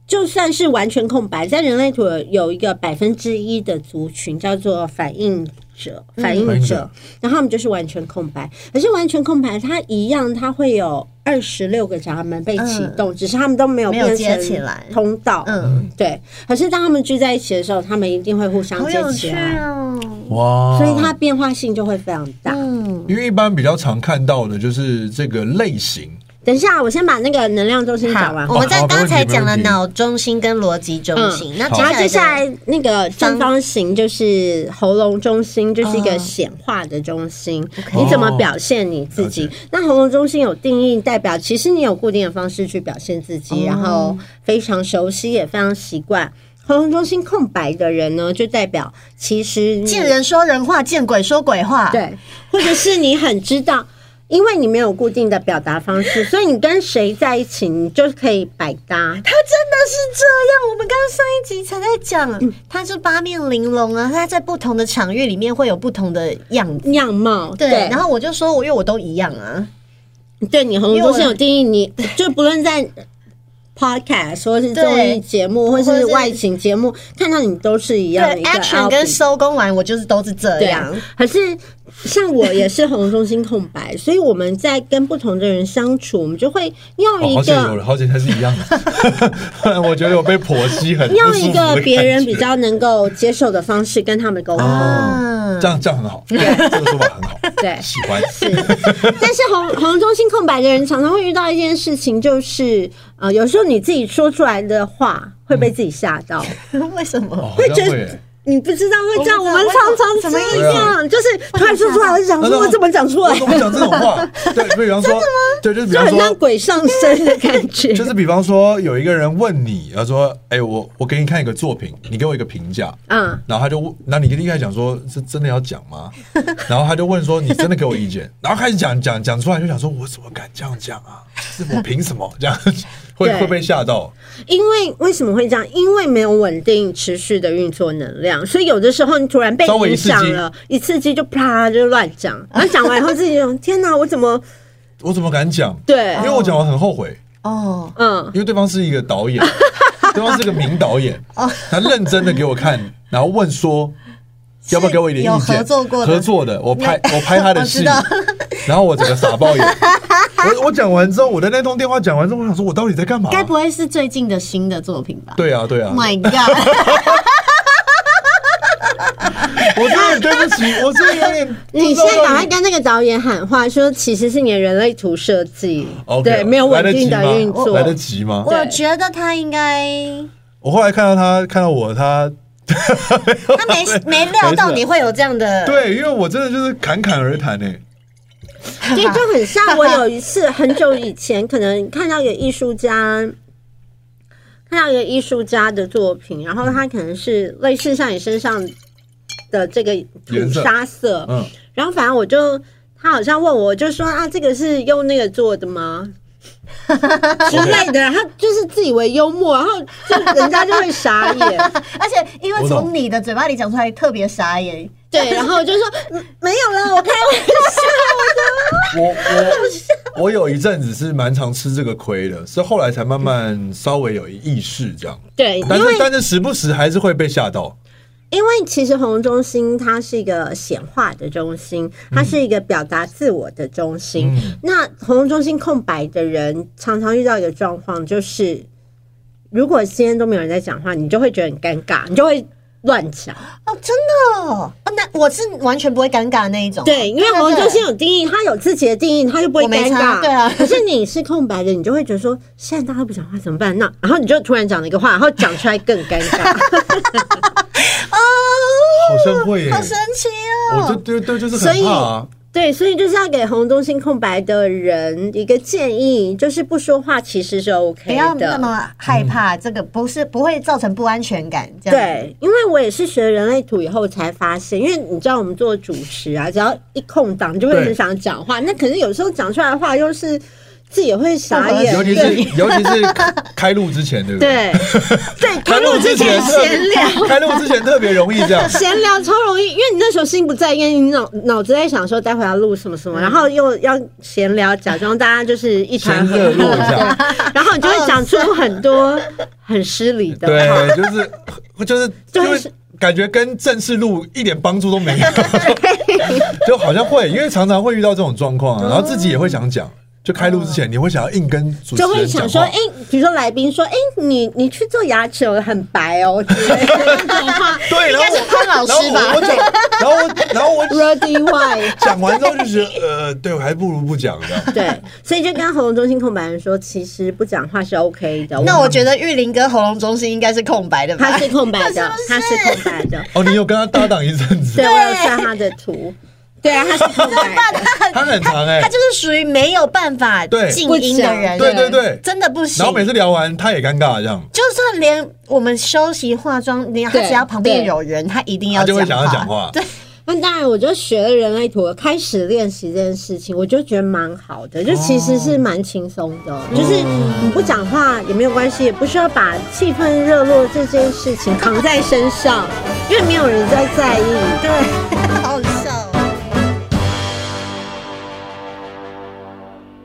Speaker 3: 就算是完全空白，在人类图有一个百分之一的族群叫做反应者，
Speaker 1: 嗯
Speaker 3: 反应
Speaker 2: 反应
Speaker 3: 者
Speaker 2: 者，
Speaker 3: 然后他们就是完全空白，可是完全空白，它一样，它会有二十六个闸门被启动，只是他们都没
Speaker 1: 嗯
Speaker 3: 有
Speaker 1: 没有
Speaker 3: 变
Speaker 1: 接
Speaker 3: 成
Speaker 1: 起来
Speaker 3: 通道，
Speaker 1: 嗯，
Speaker 3: 对。可是当他们聚在一起的时候，他们一定会互相
Speaker 1: 好
Speaker 3: 接
Speaker 1: 有
Speaker 3: 起
Speaker 1: 趣
Speaker 3: 来，
Speaker 1: 哦。
Speaker 2: 哇！
Speaker 3: 所以它变化性就会非常大。
Speaker 1: 嗯，
Speaker 2: 因为一般比较常看到的就是这个类型，
Speaker 3: 等一下，我先把那个能量中心
Speaker 1: 嗯好
Speaker 3: 讲完，。
Speaker 1: 我们在
Speaker 2: 哦好没问题
Speaker 1: 刚才讲了
Speaker 2: 没问题
Speaker 1: 脑中心跟逻辑中心，那
Speaker 2: 好
Speaker 3: 然后接
Speaker 1: 嗯接
Speaker 3: 下
Speaker 1: 下来的
Speaker 3: 来那个正方形就是喉咙中心，就是一个
Speaker 1: 哦
Speaker 3: 显化的中心。
Speaker 1: OK
Speaker 3: 你怎么表现你自己
Speaker 1: 哦
Speaker 2: 了？
Speaker 3: 那喉咙中心有定义，代表其实你有固定的方式去表现自己，
Speaker 1: 哦
Speaker 3: 然后非常熟悉，也非常习惯。喉咙中心空白的人呢，就代表其实你
Speaker 1: 见人说人话，见鬼说鬼话。，
Speaker 3: 对，或者是你很知道。因为你没有固定的表达方 式，所以你跟谁在一起，你就可以百搭。
Speaker 1: 他真的是这样。我们刚刚上一集才在
Speaker 3: 嗯
Speaker 1: 讲，他是八面玲珑啊，他在不同的场域里面会有不同的样子。
Speaker 3: 样貌
Speaker 1: 对，然后我就说，我因为我都一样啊，
Speaker 3: 对你喉咙中心有定义，你就不论在 podcast 或是综艺节目，或
Speaker 1: 或
Speaker 3: 是
Speaker 1: 者是
Speaker 3: 外景节目，看到你都是一样的
Speaker 1: 对
Speaker 3: 一个
Speaker 1: ，action
Speaker 3: outfit
Speaker 1: 跟收工完，我就是都是这
Speaker 3: 对
Speaker 1: 样
Speaker 3: 啊。。可是像我也是喉咙中心空 白，所以我们在跟不同的人相处，我们就会用
Speaker 2: 哦，
Speaker 3: 一
Speaker 2: 好像有
Speaker 3: 个。
Speaker 2: 了，好像还是一样的。 我觉得我被婆媳很不舒
Speaker 3: 用
Speaker 2: 服
Speaker 3: 一
Speaker 2: 的感
Speaker 3: 个
Speaker 2: 觉
Speaker 3: 别人比较能够接受的方式跟他们沟通，
Speaker 2: 哦，这样这样很好，这个说法很好，
Speaker 3: 对。
Speaker 2: 喜 欢。
Speaker 3: 但是喉喉咙中心空白的人常常会遇到一件事情，就是呃，有时候你自己说出来的话会被自己吓到。
Speaker 1: 为什
Speaker 2: 哦，
Speaker 1: 么？
Speaker 2: 好像
Speaker 3: 会觉得
Speaker 2: 会耶。
Speaker 3: 你不知道会这样，
Speaker 1: 嗯我不
Speaker 3: 我们
Speaker 1: 知道
Speaker 3: 常常
Speaker 1: 怎么
Speaker 3: 这样，就是突然说出来，我就想
Speaker 2: 那
Speaker 3: 说，我怎么讲出来
Speaker 2: 我，怎么讲这种 话？对，比方说，对，就是比
Speaker 3: 就
Speaker 2: 方
Speaker 3: 很像
Speaker 2: 说，
Speaker 3: 鬼上身的感觉。
Speaker 2: 就是比方说，有一个人问你，他说：“哎，我我给你看一个作品，你给我一个评价。”
Speaker 3: 嗯，
Speaker 2: 然后他就问，那你一开始讲说是真的要讲吗？ 然后他就问说你真的给我意见？ 然后开始讲讲讲出来就想说，我怎么敢这样讲啊？是我凭什么这样？ 会
Speaker 3: 对
Speaker 2: 会被吓到？
Speaker 3: 因为为什么会这样？因为没有稳定持续的运作能量，所以有的时候你突然被
Speaker 2: 稍微一
Speaker 3: 影
Speaker 2: 刺激
Speaker 3: 响了，一刺激就啪就乱讲，然后讲完以后自己就 天哪，我怎么
Speaker 2: 我怎么敢讲？
Speaker 3: 对
Speaker 2: 因？为我讲完很后悔，
Speaker 1: 哦，
Speaker 3: 嗯，
Speaker 2: 因为对方是一个导 演，
Speaker 1: 哦
Speaker 2: 对方是个名导演，他认真的给我看，然后问说要不要给我一点意见？
Speaker 1: 有合作过的
Speaker 2: 合作的，我拍我拍他的戏
Speaker 1: 我知道，
Speaker 2: 然后我整个傻 爆眼。我我讲完之后，我的那通电话讲完之后，我想说，我到底在干嘛？
Speaker 4: 该不会是最近的新的作品吧？
Speaker 2: 对啊，对啊
Speaker 4: Oh，，My God！
Speaker 2: 我真的很对不起，我真的有 点。
Speaker 3: 你现在赶快跟那个导演喊话，说其实是你的人类图设计
Speaker 2: OK，
Speaker 3: 对，没有稳定
Speaker 2: 来得
Speaker 3: 的
Speaker 2: 及吗
Speaker 3: 运
Speaker 2: 来得
Speaker 3: 作。
Speaker 2: 及吗？
Speaker 1: 我觉得他应该，
Speaker 2: 我后来看到他，看到我，他
Speaker 1: 他 没没料到你会有这样的，
Speaker 2: 对，因为我真的就是侃侃而谈欸诶、
Speaker 3: 对，就很像我有一次很久以前，可能看到一个艺术家，看到一个艺术家的作品，然后他可能是类似像你身上的这个土
Speaker 2: 颜色
Speaker 3: 沙色，
Speaker 2: 嗯，
Speaker 3: 然后反正我就他好像问我，我就说啊，这个是用那个做的吗？之类的，然后就是自以为幽默，然后就人家就会傻眼，
Speaker 4: 而且因为
Speaker 2: 我懂
Speaker 4: 从你的嘴巴里讲出来，特别傻眼。
Speaker 3: 对，然后我就说嗯没有了，我开玩笑。
Speaker 2: 我我 我有一阵子是蛮常吃这个亏的，是后来才慢慢稍微有意识这样，
Speaker 3: 对，
Speaker 2: 但
Speaker 3: 因
Speaker 2: 是
Speaker 3: 为
Speaker 2: 但是时不时还是会被吓到。
Speaker 3: 因为其实红中心它是一个显化的中心，它是一个表达自我的中心。
Speaker 2: 嗯
Speaker 3: 那红中心空白的人，常常遇到一个状况，就是如果今天都没有人在讲话，你就会觉得很尴尬，你就会乱讲。
Speaker 1: 哦，真的哦，哦那我是完全不会尴尬的那一种，哦
Speaker 3: 对，因为
Speaker 1: 对
Speaker 3: 红
Speaker 1: 对
Speaker 3: 中心有定义，它有自己的定义，它就不会
Speaker 1: 我没
Speaker 3: 尴
Speaker 1: 差
Speaker 3: 尬。
Speaker 1: 对 啊
Speaker 3: 可是你是空白的，你就会觉得说，现在大家都不讲话怎么办？那然后你就突然讲了一个话，然后讲出来更尴尬。
Speaker 1: 哦，
Speaker 2: 好像会耶
Speaker 1: 好神奇
Speaker 2: 嗯我就
Speaker 1: 哦，
Speaker 2: 对对，就是
Speaker 3: 所
Speaker 2: 很
Speaker 3: 以
Speaker 2: 怕啊。
Speaker 3: 对，所以就是要给红中心空白的人一个建议，就是不说话其实是 OK
Speaker 1: 不
Speaker 3: 的。
Speaker 1: 要那么害
Speaker 2: 嗯
Speaker 1: 怕，这个不是不会造成不安全感，这样子
Speaker 3: 对，因为我也是学人类图以后才发现，因为你知道我们做主持啊，只要一空档就会
Speaker 2: 对
Speaker 3: 很想讲话，那可是有时候讲出来的话又是自己也会傻 眼，
Speaker 2: 尤其是尤其是开录之前，对不对？
Speaker 3: 对对，开录之前闲聊。。
Speaker 2: 开录之前特别容易这样
Speaker 3: 闲聊超容易，因为你那时候心不在焉，你脑脑子在想说待会要录什么
Speaker 1: 嗯
Speaker 3: 什么，然后又要闲聊，假装大家就是一团
Speaker 2: 先热
Speaker 3: 和
Speaker 2: 络一 下，
Speaker 3: 然后你就会讲出很多很失礼的话。
Speaker 2: 对，就是 就是
Speaker 3: 就是
Speaker 2: 就是感觉跟正式录一点帮助都 没有，就好像会，因为常常会遇到这种状
Speaker 3: 嗯
Speaker 2: 况啊，然后自己也会想讲，就开录之前你会想要硬跟主持
Speaker 3: 就会
Speaker 2: 人
Speaker 3: 想
Speaker 2: 讲
Speaker 3: 说，
Speaker 2: 话
Speaker 3: 哎、，比如说来宾说，哎、你你去做牙齿哦，很白哦，之 类的那种话
Speaker 2: 对，然后我
Speaker 4: 潘老
Speaker 2: 然后
Speaker 4: 师 吧
Speaker 2: 我我讲，然后我然后我
Speaker 3: ，ruddy white。
Speaker 2: 讲完之后就觉得， 呃，对我还不如不讲的。
Speaker 3: 对，所以就跟喉咙中心空白人说，其实不讲话是 OK 的。
Speaker 4: 那我觉得玉林跟喉咙中心应该是空白的吧？
Speaker 3: 他是空白 的，他是空白的。
Speaker 2: 哦，你有跟他搭档一阵子
Speaker 3: 对，，我有算他的图。对啊，他是空白的。
Speaker 2: 他很长哎
Speaker 1: 他，就是属于没有办法
Speaker 2: 对
Speaker 1: 静音的人，
Speaker 2: 不行对对对
Speaker 1: 真的不行。
Speaker 2: 然后每次聊完他也尴尬这样，
Speaker 1: 就算连我们休息化妆，连他
Speaker 3: 对
Speaker 1: 只要旁边有人，他一定
Speaker 2: 他
Speaker 1: 要
Speaker 2: 就会想要讲
Speaker 1: 讲话。
Speaker 2: 话。
Speaker 3: 那当然，我就学了人类图，开始练习这件事情，我就觉得蛮好的，就其实是蛮轻松的，哦就是你不讲话也没有关系，也不需要把气氛热络这件事情扛在身上，因为没有人在在意。
Speaker 1: 好笑哦。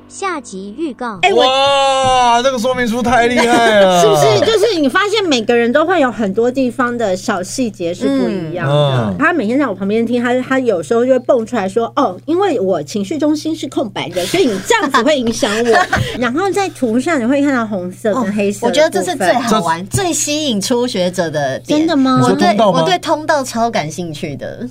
Speaker 5: 下集预告。
Speaker 3: 哎、我
Speaker 2: 哇，这个说明书太厉害了，
Speaker 3: 是不是就是你发现每个人都会有很多地方的小细节是不一样的？
Speaker 2: 嗯嗯
Speaker 3: 他每天在我旁边听，他他有时候就会蹦出来说：“哦，因为我情绪中心是空白的，所以你这样子会影响 我。”然后在图上你会看到红色跟黑
Speaker 1: 哦
Speaker 3: 色、
Speaker 1: 我觉得这是最。好玩、最吸引初学者的点。
Speaker 3: 真的吗
Speaker 2: 你说
Speaker 1: 我对
Speaker 2: 通道吗
Speaker 1: 我对通道超感兴趣的，